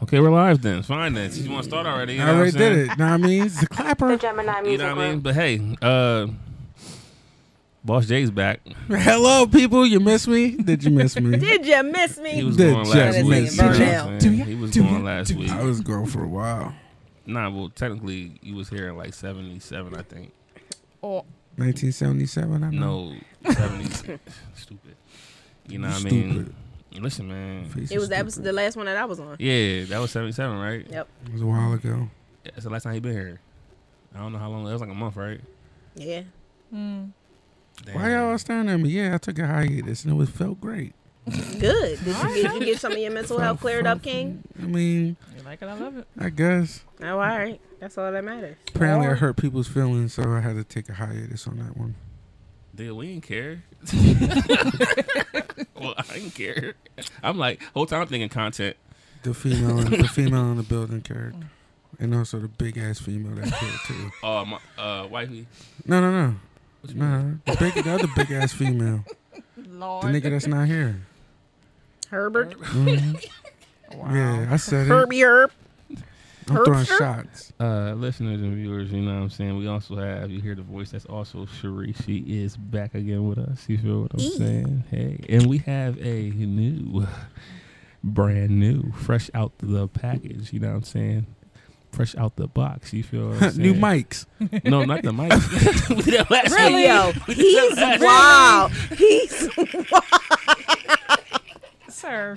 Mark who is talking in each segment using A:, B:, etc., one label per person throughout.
A: Okay, we're live then. Fine then. Since you want to start already? You know
B: I already
A: what I'm saying?
B: did it. Know what I mean? It's a
C: The
B: clapper.
C: Gemini
A: You
C: Music
A: know what I mean?
C: Group.
A: But hey, uh, Boss Jay's back.
B: Hello, people. You miss me? Did you miss me?
D: Did you miss me?
A: He was
B: The
A: going last
B: Gemini
A: week. You know what I'm
D: Burnout.
A: saying? He was going last week.
B: I was gone for a while.
A: Nah, well, technically, you was here in like 77, I think.
B: 1977. I know.
A: No, 70s. Stupid. You know what I mean? Listen, man.
B: Face
D: it was the,
B: is
D: episode,
B: stupid.
D: the last one that I was on.
A: Yeah, that was 77, right?
D: Yep.
B: It was a while ago.
A: Yeah, That's the last time he been here. I don't know how long. That was like a month, right?
D: Yeah.
E: Mm.
A: Damn.
B: Why y'all staring at me? Yeah, I took a hiatus and it was felt great.
D: Good. Did you, get, you get some of your mental health cleared up, King?
B: I mean,
E: You like it? I love it.
B: I guess.
D: Oh, all right. That's all that matters.
B: Apparently, I hurt people's feelings, so I had to take a hiatus on that one.
A: Dude, we didn't care. well, I didn't care. I'm like whole time I'm thinking content.
B: The female, the female in the building cared, and also the big ass female that cared too.
A: Uh, my uh, wifey.
B: No, no, no. No, the, big, the other big ass female, the
E: Lord.
B: nigga that's not here.
D: Herbert.
B: Mhm. Yeah, I said it.
D: Herbie Herb.
B: I'm throwing
D: Herbster?
B: shots.
A: Uh, listeners and viewers, you know what I'm saying. We also have you hear the voice. That's also Cherie. She is back again with us. You feel what I'm saying? Hey, and we have a new, brand new, fresh out the package. You know what I'm saying? Fresh out the box. You feel what I'm
B: New
A: saying?
B: mics.
A: No, not the mic. we did that last week.
D: Really? Yo, he's wild. He's
E: Sir.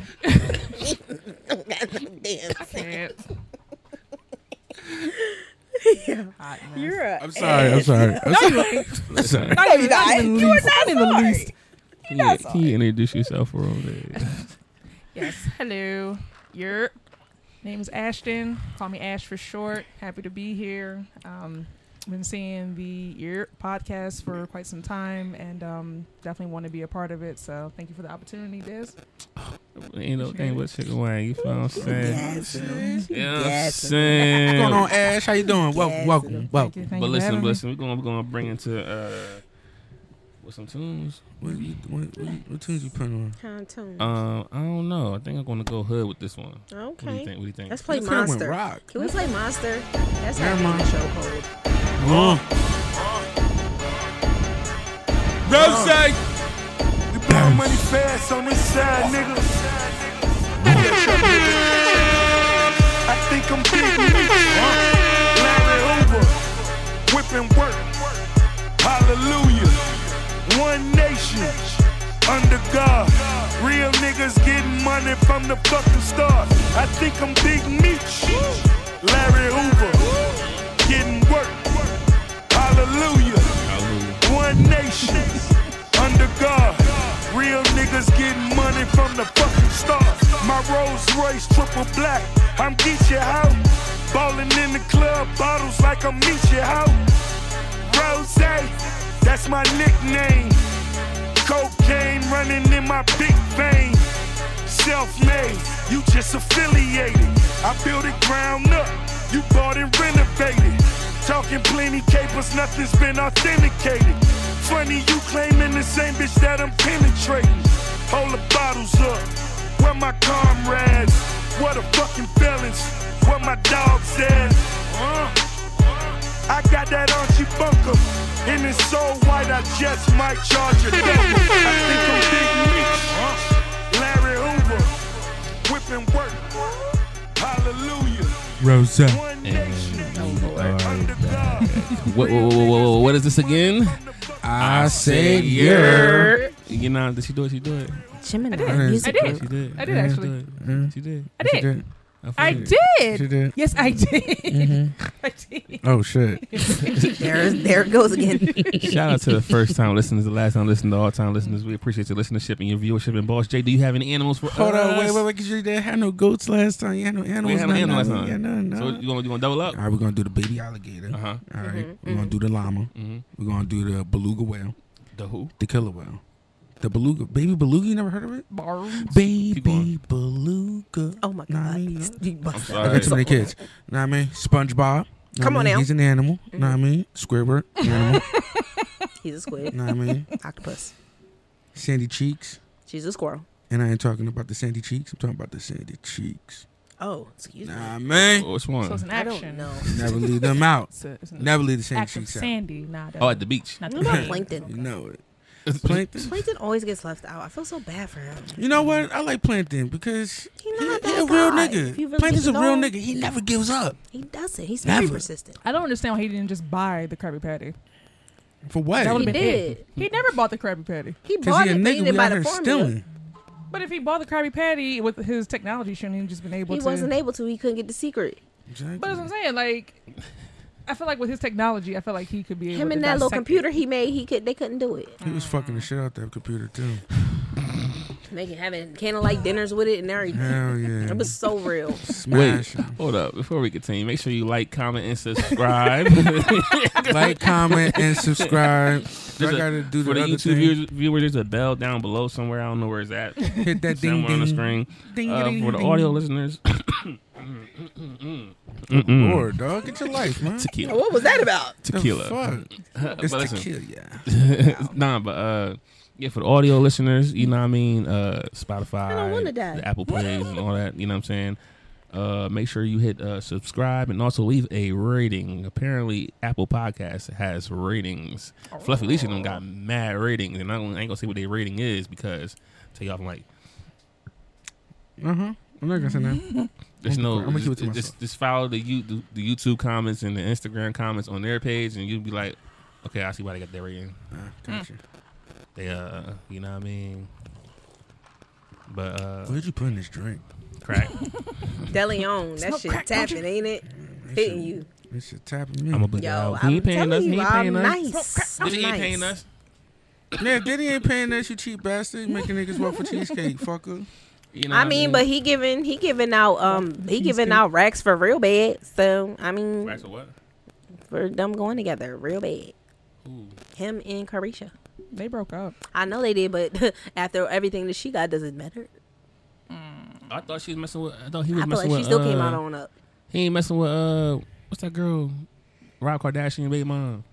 D: damn.
E: Hot mess.
D: You're a.
B: I'm sorry. I'm sorry. I'm sorry.
A: Listen,
E: not even, not even
D: You're
E: least.
D: not
E: Not even
D: sorry.
E: least.
A: can, you, can you introduce yourself for a minute?
E: Yes. Hello. Your name's Ashton. Call me Ash for short. Happy to be here. Um, been seeing the your podcast for quite some time, and um, definitely want to be a part of it. So thank you for the opportunity, Diz.
A: Ain't no thing but chicken wing. You feel what I'm saying?
D: Gassing.
A: You know what I'm
D: Gassing.
A: saying?
B: What's going on, Ash? How you doing? Welcome, welcome,
E: Thank
B: welcome.
E: you. Thank
A: But
E: you for
A: listen,
E: having me.
A: listen, we're gonna we're gonna bring into uh with some tunes.
B: What, you, what, what, what tunes you putting on?
D: Pontoon.
A: Um, I don't know. I think I'm gonna go hood with this one. What do you
D: okay.
A: think? What do you think?
D: Let's play
B: That kinda went
D: Monster.
B: rock.
D: Can we play Monster? That's
B: Yeah,
D: our theme
B: Monster.
D: show called.
F: Rose! We blowin' money fast on this side, nigga. I think I'm beating me. Larry Hoover, whipping work. Hallelujah. One nation, under God. Real niggas getting money from the fucking start. I think I'm Big Meech. Larry Hoover, getting work. Hallelujah.
A: Hallelujah.
F: One nation, under God. Real niggas getting money from the fucking stars. My Rolls Royce triple black. I'm Geechee out. Ballin' in the club, bottles like I'm Meechee out. Rose, that's my nickname. Cocaine running in my big vein. Self-made, you just affiliated. I built it ground up, you bought and renovated. Talking plenty capers, nothing's been authenticated. Funny you claiming the same bitch that I'm penetrating. Hold the bottles up, where my comrades? What the fucking felons? What my dogs at? Uh. I got that Archie Bunker. And it's so white, I just might charge a double. I think I'm Big Meech, Larry Hoover, whipping work. Hallelujah.
B: Rose.
F: One
A: And
F: nation.
A: we are
F: Under
A: back.
F: God.
A: Whoa, whoa, whoa, whoa, whoa, whoa, What is this again?
B: I say yeah.
A: yeah. You know, did she do it? She do it.
D: Gemini
B: did.
D: Music
E: I did.
D: Group.
A: She did.
E: I did,
A: Yeah,
E: actually.
A: do it.
B: Mm.
A: She did.
E: I
B: She
E: did.
B: did.
E: I
A: fucking-
B: She
E: did.
B: did.
E: Yes, I did.
B: Mhm.
E: I did.
B: Oh shit.
D: There, there it goes again.
A: Shout out to the first time listeners, the last time listeners, the all time listeners. We appreciate your listenership and your viewership. And Boss Jay, do you have any animals for
B: Hold
A: us?
B: on, wait, wait, wait, because you didn't have no goats last time. You had no
A: Uh,
B: animals.
A: We had an
B: nothing,
A: animal last
B: nothing.
A: time.
B: Yeah, no, no.
A: So you gonna you gonna double up?
B: All right, we're gonna do the baby alligator.
A: Uh huh.
B: All right.
D: Mhm,
B: we're gonna do the llama.
A: Mm-hmm.
B: We're gonna do the beluga whale,
A: The who?
B: the killer whale, the beluga, baby beluga. You never heard of it?
E: Barnes.
B: Baby
A: going.
B: beluga.
D: Oh my
B: Nah, I
D: God.
B: mean,
D: You bust
A: I'm
D: that.
A: sorry.
B: I got too many kids. Know what I mean? SpongeBob. Know
D: Come
B: what I mean?
D: on now. Mm-hmm.
B: He's an animal. Know what I mean? Squidward. Animal.
D: He's a squid.
B: know what I mean?
D: Octopus.
B: Sandy Cheeks.
D: She's a squirrel.
B: And I ain't talking about the Sandy Cheeks. I'm talking about the Sandy Cheeks.
D: Oh, excuse me.
B: Nah, man.
A: Oh, Which
E: So it's
A: one?
E: an
D: I don't
E: action.
D: know.
B: Never leave them out.
E: It's, a, it's an
B: Never leave the same
E: action.
B: cheeks out.
E: Sandy, not.
A: Oh, at the beach.
E: Not
D: What
E: the
D: about
E: beach.
D: plankton?
B: You know it.
A: Plankton.
B: Plankton.
D: Plankton always gets left out. I feel so bad for him.
B: You know what? I like Plankton because
D: He
B: he,
D: not a
B: he
D: bad
B: a real
D: guy.
B: nigga.
D: If you really
B: Plankton's a
D: get to
B: real
D: know him,
B: nigga. He never gives up.
D: He doesn't. He's very
B: Never.
D: persistent.
E: I don't understand why he didn't just buy the Krabby Patty.
B: For what?
E: That
D: He
E: would've been
D: did.
E: it. He never bought the Krabby Patty.
D: He
B: Cause
D: bought
B: he a
D: it. but He
B: nigga
D: didn't
B: we
D: buy
B: out
D: the
B: here
D: formula.
B: stealing.
E: But if he bought the Krabby Patty with his technology, shouldn't he just been able
D: He
E: to?
D: wasn't able to. He couldn't get the secret.
B: Exactly.
E: But that's what I'm saying. Like, I feel like with his technology, I feel like he could be able
D: Him
E: to
D: and that little
E: dissect it.
D: computer he made, he could. They couldn't do it.
B: He was fucking the shit out that computer too.
D: They can having candlelight dinners with it and everything.
B: Hell yeah.
D: It was so real.
A: Wait,
B: Smash. 'em.
A: hold up. Before we continue, make sure you like, comment, and subscribe.
B: like, comment, and subscribe.
A: There's
B: I
A: a-
B: gotta do
A: For
B: the,
A: the
B: other
A: YouTube
B: thing.
A: viewers, viewers, there's a bell down below somewhere. I don't know where it's at.
B: Hit that ding
A: Somewhere
B: ding.
A: on the screen.
B: Ding,
A: Uh,
B: ding,
A: for the
B: ding.
A: audio listeners,
B: Lord, dog, get your life, man.
A: tequila.
D: Oh, What was that about?
B: The
A: Tequila.
B: fuck?
A: But
B: It's
A: listen,
B: tequila. Yeah.
A: nah, but uh, yeah, for the audio listeners, you know what I mean? Uh, Spotify,
D: I don't wanna die.
A: the Apple Plays, and all that. You know what I'm saying? Uh, make sure you hit uh, subscribe and also leave a rating. Apparently, Apple Podcast has ratings. Fluffy Lisa done got mad ratings, and I, don't, I ain't gonna say what their rating is because tell y'all I'm like
B: Uh huh. I'm not gonna say that.
A: There's
B: I'm
A: no.
B: gonna keep it to
A: just,
B: myself.
A: just, just follow the, you, the the YouTube comments and the Instagram comments on their page, and you'd be like, okay, I see why they got that rating.
B: Uh, gotcha.
A: They, uh, you know what I mean? But uh,
B: Where'd you put in this drink?
A: crack.
D: Deleon, that shit tapping, ain't it? Hitting you.
B: This shit tapping me.
A: I'm gonna put that
D: Yo,
A: out. He
D: I'm
A: ain't paying us.
D: telling
A: He ain't
D: you, I'm
A: paying us.
D: nice. I'm
A: Diddy ain't
D: nice.
A: paying us.
B: Man, Diddy ain't paying us, you cheap bastard. Making niggas work for cheesecake, fucker.
A: You know
D: I
A: what
D: mean, but he giving he giving out um he giving out racks for real bad. So I mean,
A: Racks of what?
D: for them going together, real bad.
A: Ooh.
D: Him and Carisha.
E: They broke up.
D: I know they did, but after everything that she got, does it matter?
A: I thought she was messing with. I thought he
D: I
A: was
D: feel
A: messing
D: like she
A: with.
D: still came
A: uh,
D: out on up.
A: He ain't messing with uh, what's that girl? Rob Kardashian baby mom.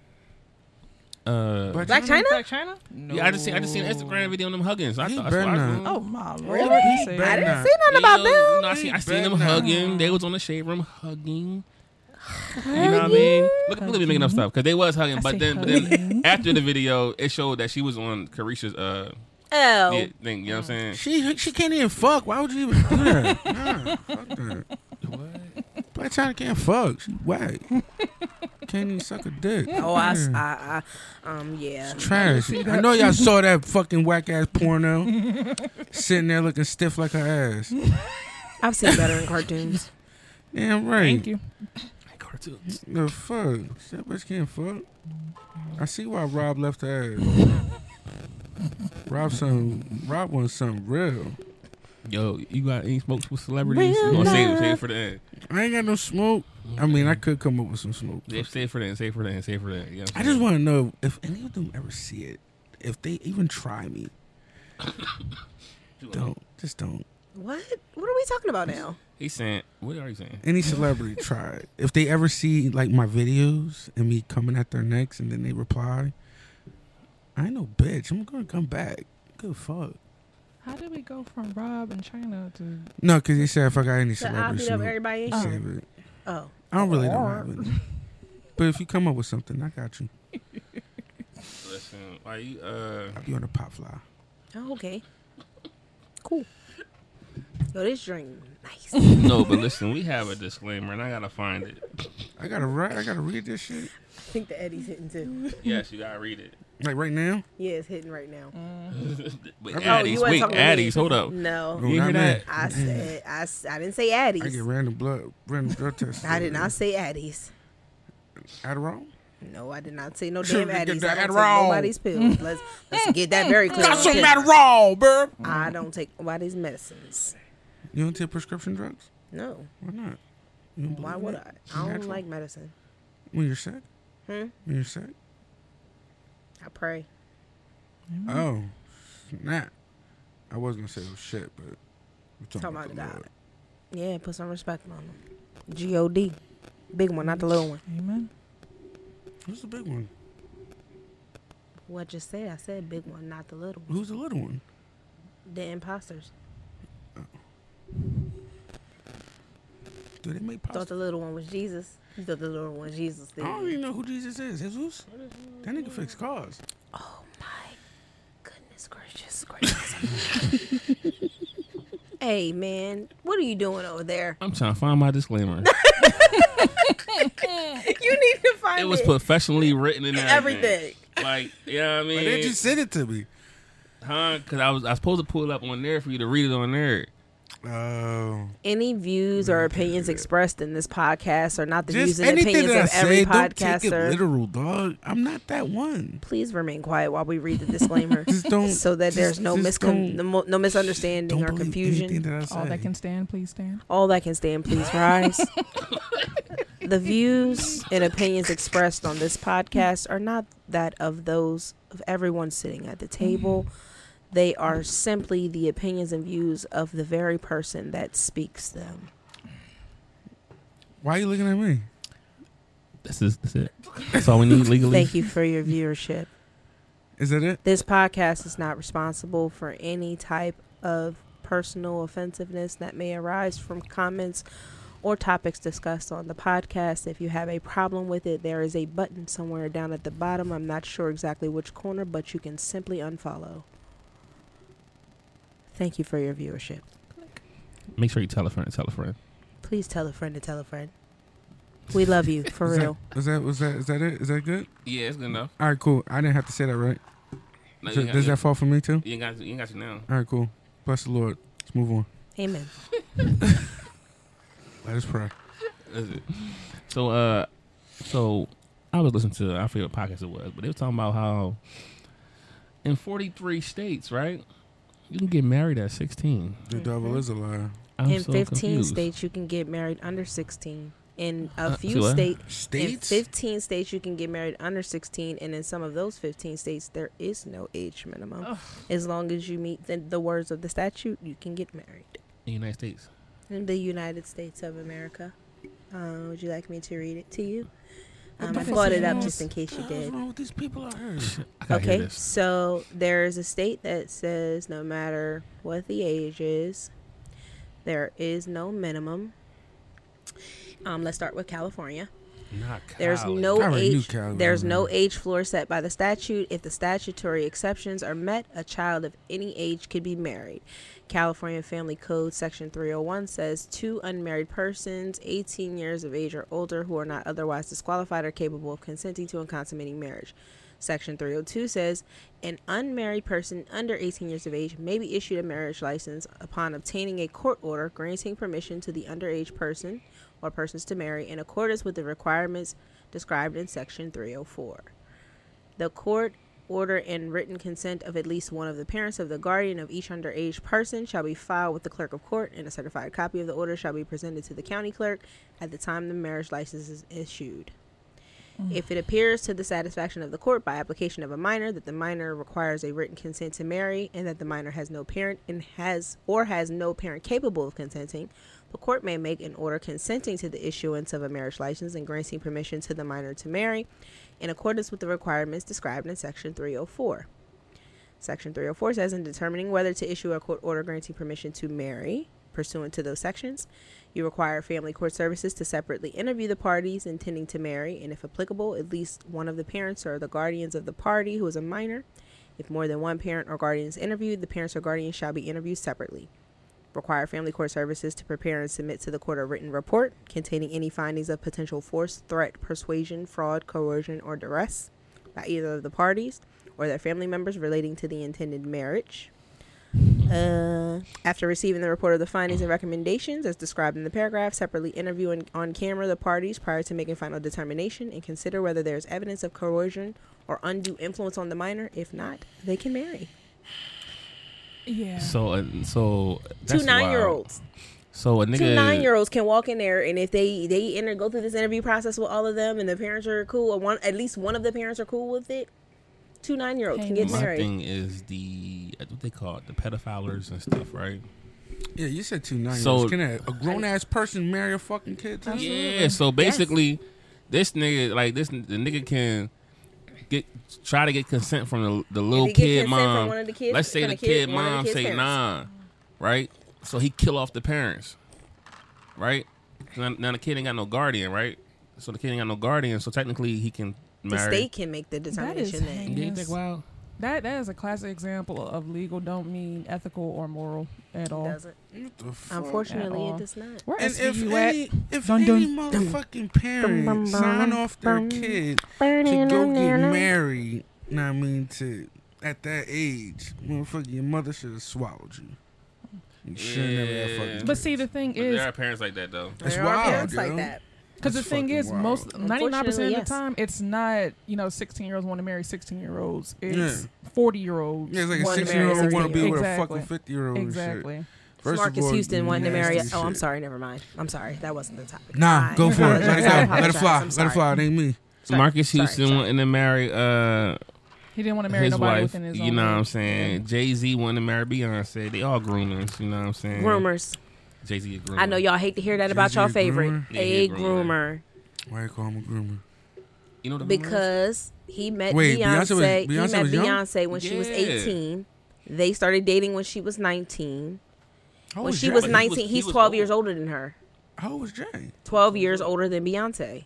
A: Uh,
B: But
D: Black China?
E: Black China? No.
A: yeah, I just seen I just seen an Instagram video on them hugging. So I
B: He
A: thought
B: better
A: that's what I was
B: not.
A: doing.
E: Oh my lord!
D: Really?
E: He said-
D: I
B: better
D: didn't
B: not.
D: see nothing about
A: You
D: them.
A: know, I seen, I
B: He
A: seen them
B: better not.
A: hugging. They was on the shade room hugging. You know what I mean? Look, look at me making up stuff because they was hugging,
E: I
A: but
E: say
A: then, but then after the video, it showed that she was on Carisha's uh
D: Oh,
A: yeah, thing. You know what I'm saying?
B: She she can't even fuck. Why would you even do that? nah, fuck that. Black China can't fuck. She whack. Can't even suck a dick.
D: oh, I, s-
A: Hmm.
B: Yeah.
D: I- I- um, yeah.
B: Trash. I know y'all saw that fucking whack ass porno. Sitting there looking stiff like her ass.
D: I've seen better in cartoons.
B: Damn right.
E: Thank you.
A: Cartoons.
B: The fuck? That bitch can't fuck. I see why Rob left her ass. Rob some Rob wants something real.
A: Yo, you got any smokes with celebrities?
D: Real
A: You gonna save,
D: love.
A: save it for the end.
B: I ain't got no smoke. I mean I could come up with some smoke.
A: Yeah, save it for the end. Save it for the end. Save it for the end. You know what
B: I
A: I'm
B: just
A: saying?
B: wanna know if any of them ever see it. If they even try me. don't. Just don't.
D: What? What are we talking about now?
A: He's saying, what are you saying?
B: Any celebrity try it. If they ever see like my videos and me coming at their necks and then they reply, I ain't no bitch. I'm gonna come back. Good fuck.
E: How did we go from Rob and China to?
B: No, because he said if I got any
D: So I
B: celebrity
D: beat up
B: smoke,
D: everybody.
E: Oh.
B: save it.
D: Oh,
B: I don't really know. Have it. But if you come up with something, I got you.
A: Listen, why you uh?
B: I'll be on the pop fly.
D: oh okay. Cool. Yo, this drink nice.
A: No, but listen, we have a disclaimer, and I gotta find it.
B: I gotta write. I gotta read this shit
D: I think the Eddie's hitting too.
A: Yes, you gotta read it.
B: like right now.
D: Yeah, it's hitting right now.
B: Mm.
A: Wait,
B: Oh,
A: Addies,
D: wasn't
A: wait,
D: talking to me.
A: Addies, hold up.
D: No,
B: Oh,
A: You
B: not
A: hear
B: me.
A: that?
D: I said I, s- I didn't say Addie's.
B: I get random blood, random drug tests.
D: I did not say Addie's.
B: Adderall.
D: No, I did not say no
B: Sure,
D: damn
B: get
D: Addie's.
B: that
D: I don't take
B: Adderall.
D: nobody's pills. Let's let's get that very clear.
B: Got some
D: Okay.
B: Adderall, bruh.
D: I don't take nobody's medicines.
B: You don't take prescription drugs?
D: No,
B: Why not? You don't
D: why
B: believe
D: would
B: it?
D: I? I don't
B: Natural.
D: like medicine.
B: When you're sick.
D: Hmm?
B: When you're sick.
D: I pray.
B: Oh, snap! I was gonna say oh shit, but we're talking
D: Talking
B: about
D: about
B: the
D: God.
B: Lord.
D: Yeah, put some respect on them. G O D, big one, not the little one.
E: Amen.
B: Who's the big one?
D: What I just said? I said big one, not the little one.
B: Who's the little one?
D: The imposters.
B: Do they make
D: Thought the
B: pasta?
D: little one was Jesus. You thought the little one was Jesus.
B: I
D: Did.
B: don't even know who Jesus is. Jesus? That nigga fix cars.
D: Oh my goodness gracious, gracious. hey man, what are you doing over there?
A: I'm trying to find my disclaimer.
D: you need to find
A: it was professionally written in
D: everything.
A: Like, you know what I mean?
B: Why did you send it to me?
A: Huh? Because I was I was supposed to pull it up on there for you to read it on there.
B: Oh.
D: Any views or opinions expressed in this podcast are not the views
B: Just
D: and
B: anything
D: opinions
B: that I
D: of every
B: say, don't take it
D: podcaster.
B: literal, dog. I'm not that one.
D: Please remain quiet while we read the disclaimer,
B: Just don't.
D: so that
B: just-
D: there's no
B: just don't-
D: miscon- no, mo- no misunderstanding
B: don't
D: or
B: believe
D: confusion.
B: anything that I
E: All
B: say.
E: that can stand, please stand.
D: All that can stand, please rise. the views and opinions expressed on this podcast are not that of those of everyone sitting at the table. They are simply the opinions and views of the very person that speaks them.
B: Why are you looking at me?
A: This is that's it. That's all we need legally.
D: Thank you for your viewership.
B: Is that it?
D: This podcast is not responsible for any type of personal offensiveness that may arise from comments or topics discussed on the podcast. If you have a problem with it, there is a button somewhere down at the bottom. I'm not sure exactly which corner, but you can simply unfollow. Thank you for your viewership.
A: Make sure you tell a friend. Tell a friend.
D: Please tell a friend to tell a friend. We love you, for
B: Is that-
D: real.
B: Is that was that is that it? Is that good?
A: Yeah, it's good enough.
B: All right, cool. I didn't have to say that, right?
A: No,
B: Does-
A: you,
B: Does that fall for me too?
A: you got you ain't got you now.
B: All right, cool. Bless the Lord. Let's move on.
D: Amen.
B: Let us pray.
A: That's it. So uh, so I was listening to I forget what podcast it was, but they were talking about how in 43 states, right, you can get married at 16.
B: The devil is a liar.
A: I'm
D: in
A: so
D: 15
A: confused.
D: states, you can get married under 16. In a
A: Uh, see
D: few
A: what?
D: states,
B: States.
D: In 15 states, you can get married under 16, and in some of those 15 states, there is no age minimum.
E: Ugh.
D: As long as you meet the, the words of the statute, you can get married.
A: in the United States.
D: In the United States of America. Um, would you like me to read it to you? Um, I
E: difference
D: brought
E: does
D: it
E: it
D: up
E: make?
D: just in case you
B: What the hell's
D: did.
B: wrong with these people out here?
A: I gotta hear
D: Okay,
A: this.
D: so there is a state that says no matter what the age is, there is no minimum. Um, let's start with California.
A: Not
D: There's
A: college.
D: no
B: I already knew
D: age.
B: Cali was
D: There's
B: on
D: no
B: there.
D: age floor set by the statute. If the statutory exceptions are met, a child of any age could be married. California Family Code Section 301 says two unmarried persons, 18 years of age or older, who are not otherwise disqualified are capable of consenting to and consummating marriage. Section 302 says an unmarried person under 18 years of age may be issued a marriage license upon obtaining a court order granting permission to the underage person or persons to marry in accordance with the requirements described in Section 304. The court order and written consent of at least one of the parents of the guardian of each underage person shall be filed with the clerk of court, and a certified copy of the order shall be presented to the county clerk at the time the marriage license is issued. If it appears to the satisfaction of the court by application of a minor that the minor requires a written consent to marry and that the minor has no parent and has or has no parent capable of consenting, the court may make an order consenting to the issuance of a marriage license and granting permission to the minor to marry in accordance with the requirements described in section 304. Section 304 says in determining whether to issue a court order granting permission to marry pursuant to those sections, you require family court services to separately interview the parties intending to marry, and if applicable, at least one of the parents or the guardians of the party who is a minor. If more than one parent or guardian is interviewed, the parents or guardians shall be interviewed separately. Require family court services to prepare and submit to the court a written report containing any findings of potential force, threat, persuasion, fraud, coercion, or duress by either of the parties or their family members relating to the intended marriage. Uh, after receiving the report of the findings and recommendations as described in the paragraph, separately interview and on camera the parties prior to making final determination and consider whether there is evidence of coercion or undue influence on the minor. If not, they can marry.
E: Yeah.
A: So uh, so that's
D: Two
A: wild.
D: nine year olds.
A: So a nigga
D: Two nine year olds can walk in there, and if they they enter go through this interview process with all of them, and the parents are cool, or one at least one of the parents are cool with it, two nine year olds can get
E: Hey,
A: My
D: married.
A: thing is the uh, what they call it, the pedophilers and stuff, right?
B: Yeah, you said two nine.
A: So-
B: So can a, a grown ass person marry a fucking kid?
D: Um,
B: Too?
D: Mm-hmm.
A: Yeah. So basically, this nigga like this the nigga can get try to get consent from the, the little
D: he get
A: kid
D: consent from
A: mom.
D: one of the kids-
A: Let's say
D: from
A: the
D: the
A: kid,
D: kid- one of the
A: mom
D: kid's
A: say
D: parents.
A: nah, right? So he kill off the parents, right? Now, now the kid ain't got no guardian, right? So the kid ain't got no guardian. So technically, he can
D: The
A: marry.
D: state can make the determination
E: hang-
D: then.
A: Yeah, you
E: Yes.
A: think, wow.
E: That that is a classic example of legal don't mean ethical or moral at all.
D: Doesn't.
B: What the fuck?
D: Unfortunately,
E: all.
D: it does not.
E: Where
B: And
E: is
B: if
E: you
B: any, if
E: Dun,
B: any
E: dun.
B: motherfucking parent
D: Dum, bum,
B: sign
D: bum,
B: off their
D: bum.
B: kid to go get married, know what I mean, to at that age, motherfucker, your mother should have swallowed you. You should have never had
A: Yeah.
B: fucking
E: But see, the thing
A: But
E: is,
A: there are parents like that though.
B: That's
D: There are
B: wild,
D: parents
B: yo.
D: like that.
E: Because the
B: That's
E: thing
B: fucking
E: is,
B: wild.
E: most ninety nine percent of
D: Unfortunately,
E: the
D: yes.
E: time, it's not you know sixteen year olds want to marry sixteen year olds. It's forty year olds.
B: Yeah, it's like a
D: One
B: six year old
D: married
B: want to be with a
E: Exactly.
B: fucking fifty year old.
E: Exactly.
B: First of
D: Marcus
B: all,
D: Houston wanting to marry.
B: nasty
D: Oh, I'm
B: shit.
D: sorry. Never mind. I'm sorry. That wasn't the topic.
B: Nah,
D: I
B: go for it. Let it
D: apologize. I
B: go. Let it fly.
D: apologize. I'm
B: Let it fly. It ain't me.
D: sorry.
A: Marcus
D: Sorry,
A: Houston
D: sorry.
A: wanting to marry uh
E: He didn't want to marry
A: his wife.
E: nobody within his own.
A: you know what I'm
E: age.
A: saying? Jay Z wanting to marry Beyonce. They all groomers. You know what I'm saying?
D: Rumors.
A: Jay Z a groomer.
D: I know y'all hate to hear that about
B: Jay-Z
D: y'all
B: a
D: favorite.
B: groomer?
A: Yeah, he
D: A
A: a groomer.
D: groomer.
B: Why you call him a groomer?
A: You know the rumors?
D: because he met
B: Wait, Beyonce was-
D: Beyonce. he
B: Beyonce
D: met
B: was young?
D: Beyonce when she was
A: Yeah.
D: 18. They started dating when she was 19.
B: How
D: When
B: old
D: she
B: Jay?
D: was
A: Oh, But he
D: 19,
A: was- he
D: he's
A: was
D: 12
A: old.
D: years older than her.
B: How old was Jay?
D: 12 years older than Beyonce.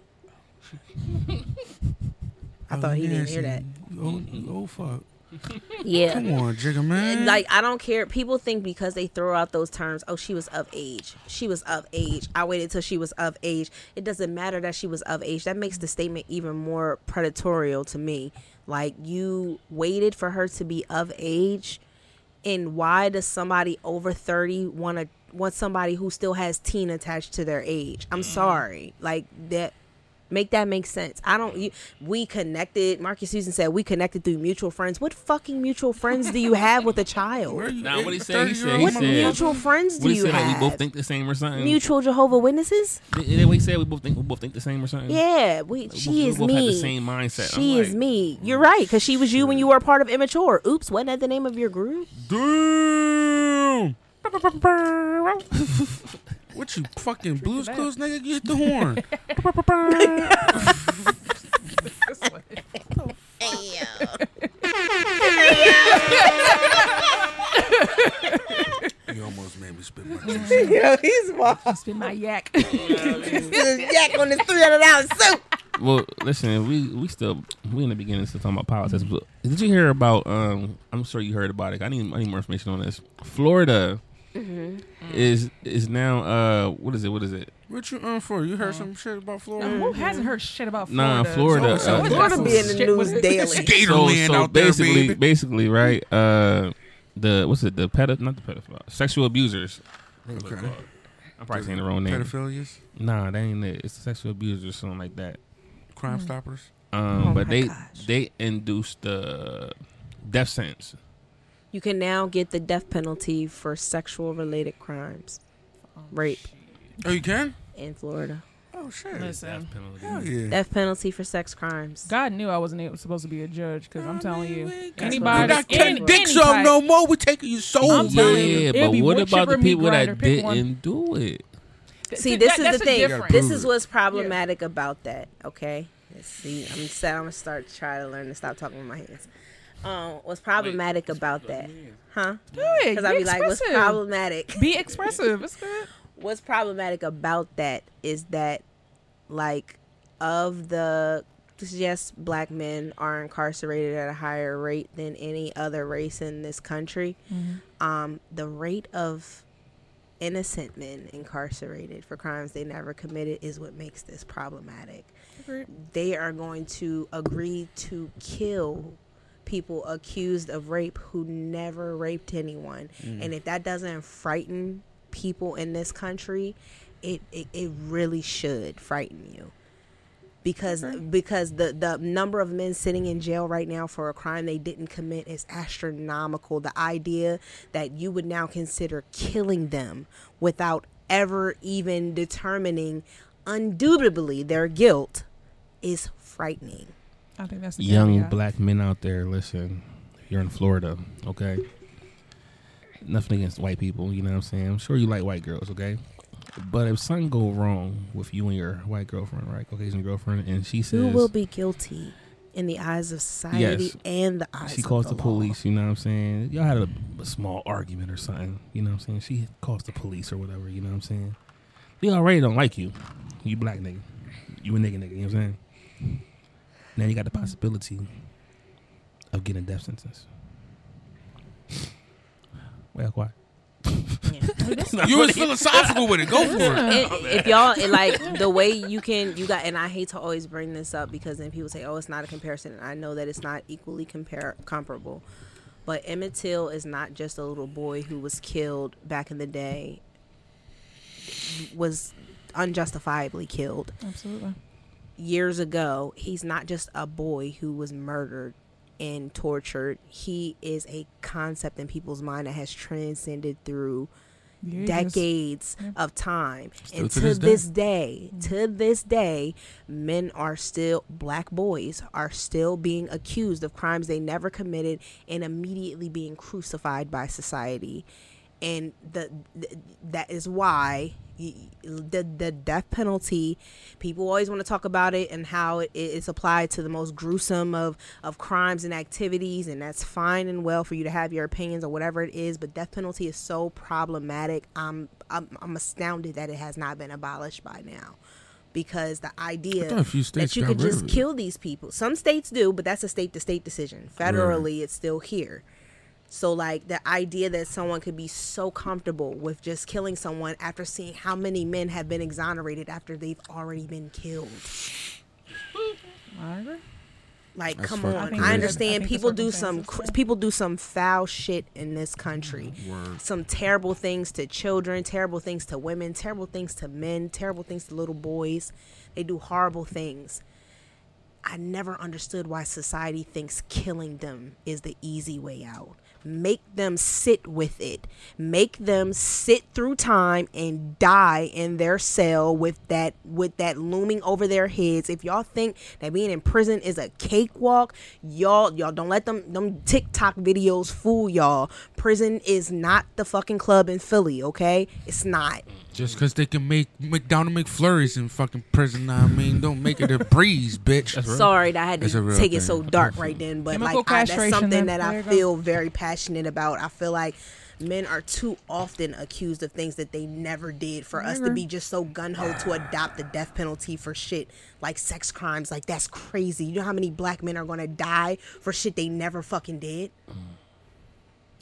B: I
D: thought he didn't hear that.
B: Oh, oh fuck! Come
D: Yeah.
B: on, Jigga man.
D: Like I don't care. People think because they throw out those terms, oh she was of age. She was of age. I waited till she was of age. It doesn't matter that she was of age. That makes the statement even more predatorial to me. Like you waited for her to be of age. and why does somebody over 30 want to want somebody who still has teen attached to their age i'm sorry like that make that make sense i don't you, we connected marcus Houston said we connected through mutual friends what fucking mutual friends do you have with a
B: Where
D: child
B: you
A: Nah,
B: at?
A: what he said, he
B: 30-year-old
A: said- he
D: what
A: said-
B: motherfucker?
D: mutual friends do
A: What he
D: you
A: said, like,
D: have
A: we both think the same or something.
D: mutual jehovah witnesses
A: Th- Did we say we both think we both think the same or something?
D: yeah we,
A: Mm. We
D: she
A: both-
D: is
A: we both Had the
D: me
A: same mindset. I'm
D: she is
A: like, mm,
D: me you're right because she was you when you were a part of immature oops wasn't that the name of your group
B: Damn. what you fucking blues clues nigga? Get the horn. you almost made me spit my juice.
D: yeah he's wild
E: It's been my yak.
D: yak on this 300 ounce soup
A: Well, listen, we we still we in the beginning still talking about politics. But did you hear about? Um, I'm sure you heard about it. I need I need more information on this. Florida
D: Mm-hmm.
E: Mm.
A: is is now uh what is it? What is it?
B: What you on for? You heard
D: Uh-huh.
B: some shit about Florida?
E: Who hasn't heard shit about Florida?
A: Nah, Florida,
E: It's always-
A: uh,
E: it's always
D: Florida
E: got
D: be in
E: some
D: the
E: shit
D: news
E: with-
D: daily.
B: Gatorland
A: so
B: out there,
A: basically,
B: baby.
A: basically, right? Uh, the what's it? The pedo not the pedophile, sexual abusers.
B: Okay.
A: I'm probably saying the wrong name.
B: Pedophilias,
A: Nah, that ain't it. It's sexual abusers or something like that.
D: Uh-huh.
B: Crime Stoppers.
A: Um,
D: Oh
A: but
D: my
A: they
D: gosh.
A: they induced the death sentence.
D: You can now get the death penalty for sexual related crimes, rape
B: Oh, you can?
D: in Florida.
B: Oh shit!
E: Listen,
B: Hell yeah.
D: Death penalty for sex crimes.
E: God knew I wasn't able- supposed to be a judge because I'm telling you,
B: we
E: anybody,
B: not
E: any,
B: cutting dicks
E: any
B: off
E: type-
B: no more. We taking your soul,
E: I'm
B: man.
E: telling you,
A: yeah,
E: it'd
A: but
E: be
A: what
E: wood
A: about the
E: chipper, meat
A: people
E: grinder,
A: that
E: pick one.
A: didn't do it?
E: Th-
D: See,
E: th-
D: this
E: that-
D: is
E: that's
D: the
E: a
D: thing.
E: difference.
D: This
B: prove
D: is
B: it.
D: what's problematic about that. Okay, Let's see, I'm sad. I'm gonna start try to learn to stop talking with my hands. Um, what's problematic about that, huh?
E: Good.
D: Because I
E: Be
D: be like, what's
E: expressive.
D: problematic?
E: Be expressive. It's good.
D: what's problematic about that is that like of the yes black men are incarcerated at a higher rate than any other race in this country um the rate of innocent men incarcerated for crimes they never committed is what makes this problematic they are going to agree to kill people accused of rape who never raped anyone. And if that doesn't frighten people in this country, it, it, it really should frighten you. Because because the, the number of men sitting in jail right now for a crime they didn't commit is astronomical. The idea that you would now consider killing them without ever even determining undubitably their guilt is frightening.
E: I think that's the
A: Young
E: caveat.
A: black men out there, listen, you're in Florida, okay? Nothing against white people, you know what I'm saying? I'm sure you like white girls, okay? But if something go wrong with you and your white girlfriend, right, Caucasian girlfriend, and she says
D: Who will be guilty in the eyes of society
A: Yes.
D: and the eyes
A: she
D: of
A: calls
D: the,
A: the,
D: law?
A: police, you know what I'm saying? Y'all had a, a small argument or something, you know what I'm saying? She calls the police or whatever, you know what I'm saying? we already don't like you. You black nigga. You a nigga nigga, you know what I'm saying? Now you got the possibility of getting a death sentence. Well, quiet.
B: You was philosophical with it. Go for it.
A: Oh,
D: And if y'all and like the way you can you got and i hate to always bring this up because then people say oh it's not a comparison and i know that it's not equally compare comparable but emmett till is not just a little boy who was killed back in the day was unjustifiably killed
E: Absolutely.
D: years ago he's not just a boy who was murdered and tortured he is a concept in people's mind that has transcended through
E: Yeah, just-
D: decades of time and
B: to
D: to
B: this
D: this,
B: day.
D: day, to this day men are still black boys are still being accused of crimes they never committed and immediately being crucified by society and the, th- that is why y- the the death penalty people always want to talk about it and how it, it's applied to the most gruesome of of crimes and activities and that's fine and well for you to have your opinions or whatever it is but death penalty is so problematic i'm i'm, I'm astounded that it has not been abolished by now because the idea
B: thought a few states
D: that you
B: got
D: could
B: rid
D: just
B: of it.
D: kill these people some states do but that's a state to state decision federally it's still here so like the idea that someone could be so comfortable with just killing someone after seeing how many men have been exonerated after they've already been killed.
E: I agree.
D: Like,
B: That's
D: come
B: fucking
D: on.
B: crazy.
D: I
E: I
D: understand
E: think the
D: people do some
E: circumstances,
D: cr-
E: yeah.
D: people do some foul shit in this country. Some terrible things to children, terrible things to women, terrible things to men, terrible things to little boys. They do horrible things. I never understood why society thinks killing them is the easy way out. Make them sit with it. Make them sit through time and die in their cell with that with that looming over their heads. If y'all think that being in prison is a cakewalk, y'all y'all don't let them them TikTok videos fool y'all. Prison is not the fucking club in Philly, okay? It's not.
B: Just because they can make McDonald McFlurries in fucking prison, I mean, don't make it a breeze, bitch.
D: Sorry that I had
B: It's a
D: to
B: real
D: take it
B: thing.
D: so dark right then, but
E: Chemical
D: like I, that's
E: castration,
D: something
E: then.
D: that
E: There
D: I
E: you go.
D: feel very passionate about. I feel like men are too often accused of things that they never did for us to
E: Never.
D: be just so gun ho to adopt the death penalty for shit like sex crimes. Like that's crazy. You know how many black men are gonna die for shit they never fucking did?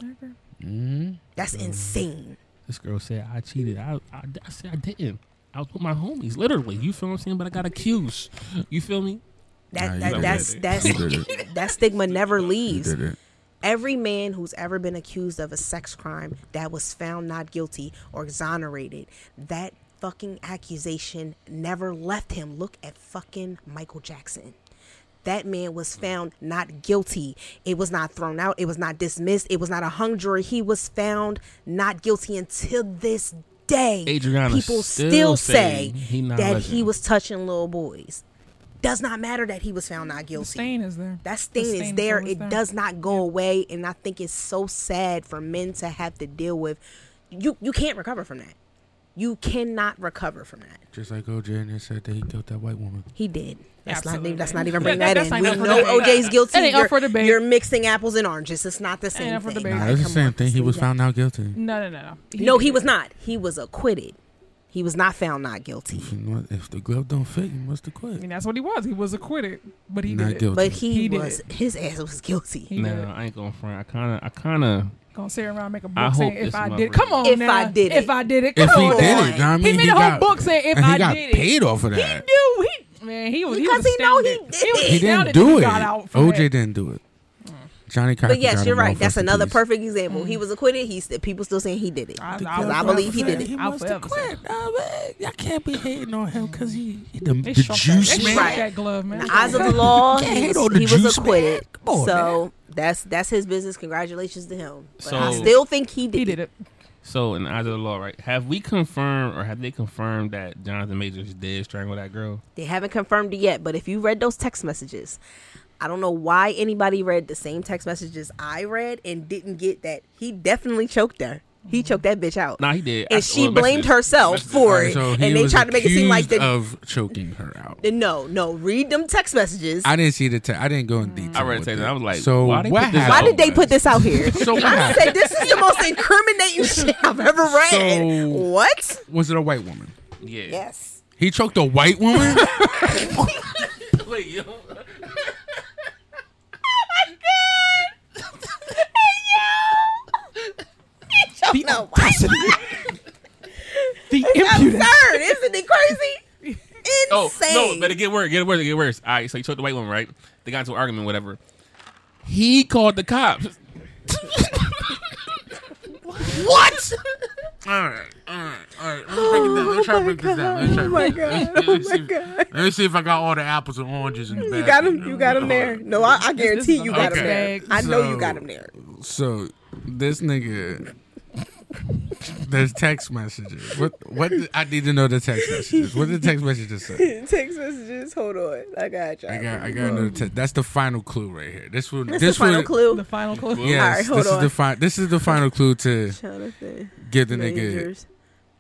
E: I agree.
B: Mm-hmm.
D: That's insane.
A: This girl said I cheated. I, I, I said I didn't. I was with my homies, literally. You feel what I'm saying? But I got accused. You feel me?
D: That,
B: Nah, you
D: that
B: did
D: that's
B: it.
D: that's
B: You did it.
D: that stigma never
B: You
D: leaves.
B: did it.
D: Every man who's ever been accused of a sex crime that was found not guilty or exonerated, that fucking accusation never left him. Look at fucking Michael Jackson. That man was found not guilty. It was not thrown out. It was not dismissed. It was not a hung jury. He was found not guilty until this day.
A: Adriana still
D: People still
A: say
D: say
A: he not
D: that
A: legend.
D: he was touching little boys. Does not matter that he was found not guilty.
E: The stain is there.
D: That stain,
E: The stain
D: is
E: is
D: there.
E: always
D: It
E: there.
D: does not go away, and I think it's so sad for men to have to deal with. You you can't recover from that. You cannot recover from that.
B: Just like OJ and they said that he killed that white woman.
D: He did. That's not
E: Absolutely.
D: even. That's not even
E: That-
D: bringing that,
E: that- that's not
D: in.
E: up
D: We
E: for
D: know
E: debate.
D: OJ's guilty.
E: That ain't up
D: you're,
E: for debate.
D: you're mixing apples and oranges. It's not the same
E: up for
D: thing.
E: debate.
B: Nah,
E: Nah,
D: Like,
B: it's the
D: come
B: same
D: on,
B: thing. He was
D: Steve.
B: found not guilty.
E: No, no, no, no. He
D: No,
E: did
D: he
E: it.
D: was not. He was acquitted. He was not found not guilty.
B: You know what? If the glove don't fit, you must have
E: I
B: quit.
E: mean, that's what he was. He was acquitted, but he
B: Not
E: did
B: guilty.
D: But he,
E: He did.
D: was. His ass was guilty.
E: it. He did
A: No,
E: it.
A: I ain't gonna front. I kind of, I kind of.
E: Gonna sit around and make a
A: I
E: book saying
A: hope this
E: if I
A: mother-
E: did. Come on,
D: If
E: now.
D: I did it.
E: If I did it. Come
B: If he
E: on.
B: did
E: now.
B: it, I mean,
E: he made a whole
B: got,
E: book saying if
B: and he
E: I
B: got
E: did it.
B: paid off of
E: He
B: that.
E: knew he man. He was
D: Because
E: he
D: he
E: was
D: know he
E: astounded.
D: did
E: was
D: it.
B: He didn't
E: astounded
B: do
E: he
B: it.
E: Got out for
B: OJ
E: that. Mm.
B: didn't do it. Johnny Cochran.
D: But yes,
B: got
D: you're
B: him all
D: right. That's
B: for
D: another
B: peace.
D: perfect example. He was acquitted. He's people still saying he did it
E: I- I
D: because
E: was
D: I,
E: forever
D: believe he did
E: saying
D: it.
E: I'll forever say it.
B: I can't be hating on him because he, he the,
E: They
B: the
E: shook that-
B: juice
E: they
B: man.
E: shook
D: Right.
E: That glove, man.
D: In the eyes of the law,
B: Can't
D: he
B: hate
D: was,
B: on the
D: he was
B: juice,
D: acquitted.
B: man. Come on,
D: so that's that's his business. Congratulations to him. But I
A: So-
D: still think he did.
E: he did it.
A: So in the eyes of the law, right? Have we confirmed or have they confirmed that Jonathan Majors did strangle that girl?
D: They haven't confirmed it yet, but if you read those text messages, I don't know why anybody read the same text messages I read and didn't get that he definitely choked her. He choked that bitch out.
A: Nah, he did. I-
D: and she
A: well,
D: blamed
A: messages-
D: herself
A: messages.
D: for it.
B: So
D: and
B: he
D: they
B: was
D: tried to make it seem like
B: accused
D: the,
B: of choking her out.
D: no, no, read them text messages.
B: I didn't see the text. I didn't go in detail.
A: Mm. I read
B: with
A: the text
B: it.
A: and I was like,
B: so
A: why they
B: what
A: put this
D: why
A: out?
B: happened?
D: did they put this out here?
B: So what
D: I
B: happened?
D: said this is the most incriminating shit I've ever read.
B: So-
D: what?
B: Was it a white woman?
A: Yeah.
C: Yes.
B: He choked a white woman.
A: Wait, yo.
C: The no, audacity.
E: The
D: Absurd,
E: impudence.
D: isn't it crazy? Insane.
A: Oh no! But it get worse. Get worse. It get worse. All right. So you choked the white woman, right? They got into an argument, whatever. He called the cops.
C: What?
B: all right, all right, all right. Let me break it down. Let me try to break this down. Let me try to break
D: God. Oh my God.
B: Let me see if I got all the apples and oranges in the
D: You
B: basket.
D: got him. You got him there. No, I, I guarantee
E: is
D: you
E: a
D: got him
B: mixed
D: there.
E: bag.
D: I know you
B: So-
D: got him there.
B: So this nigga, there's text messages. What? What? Did, I need to know the text messages. What did the text messages say?
D: Text messages. Hold on. I got you.
B: I got. I got another text. That's the final clue right here. This one.
D: That's
B: this
D: the final
B: one.
E: The
D: clue.
E: final clue.
A: All
B: Yes,
D: right, hold
B: this
D: on.
B: is the fi- This is the final clue to
D: Jonathan.
B: give the nigga
D: Rangers.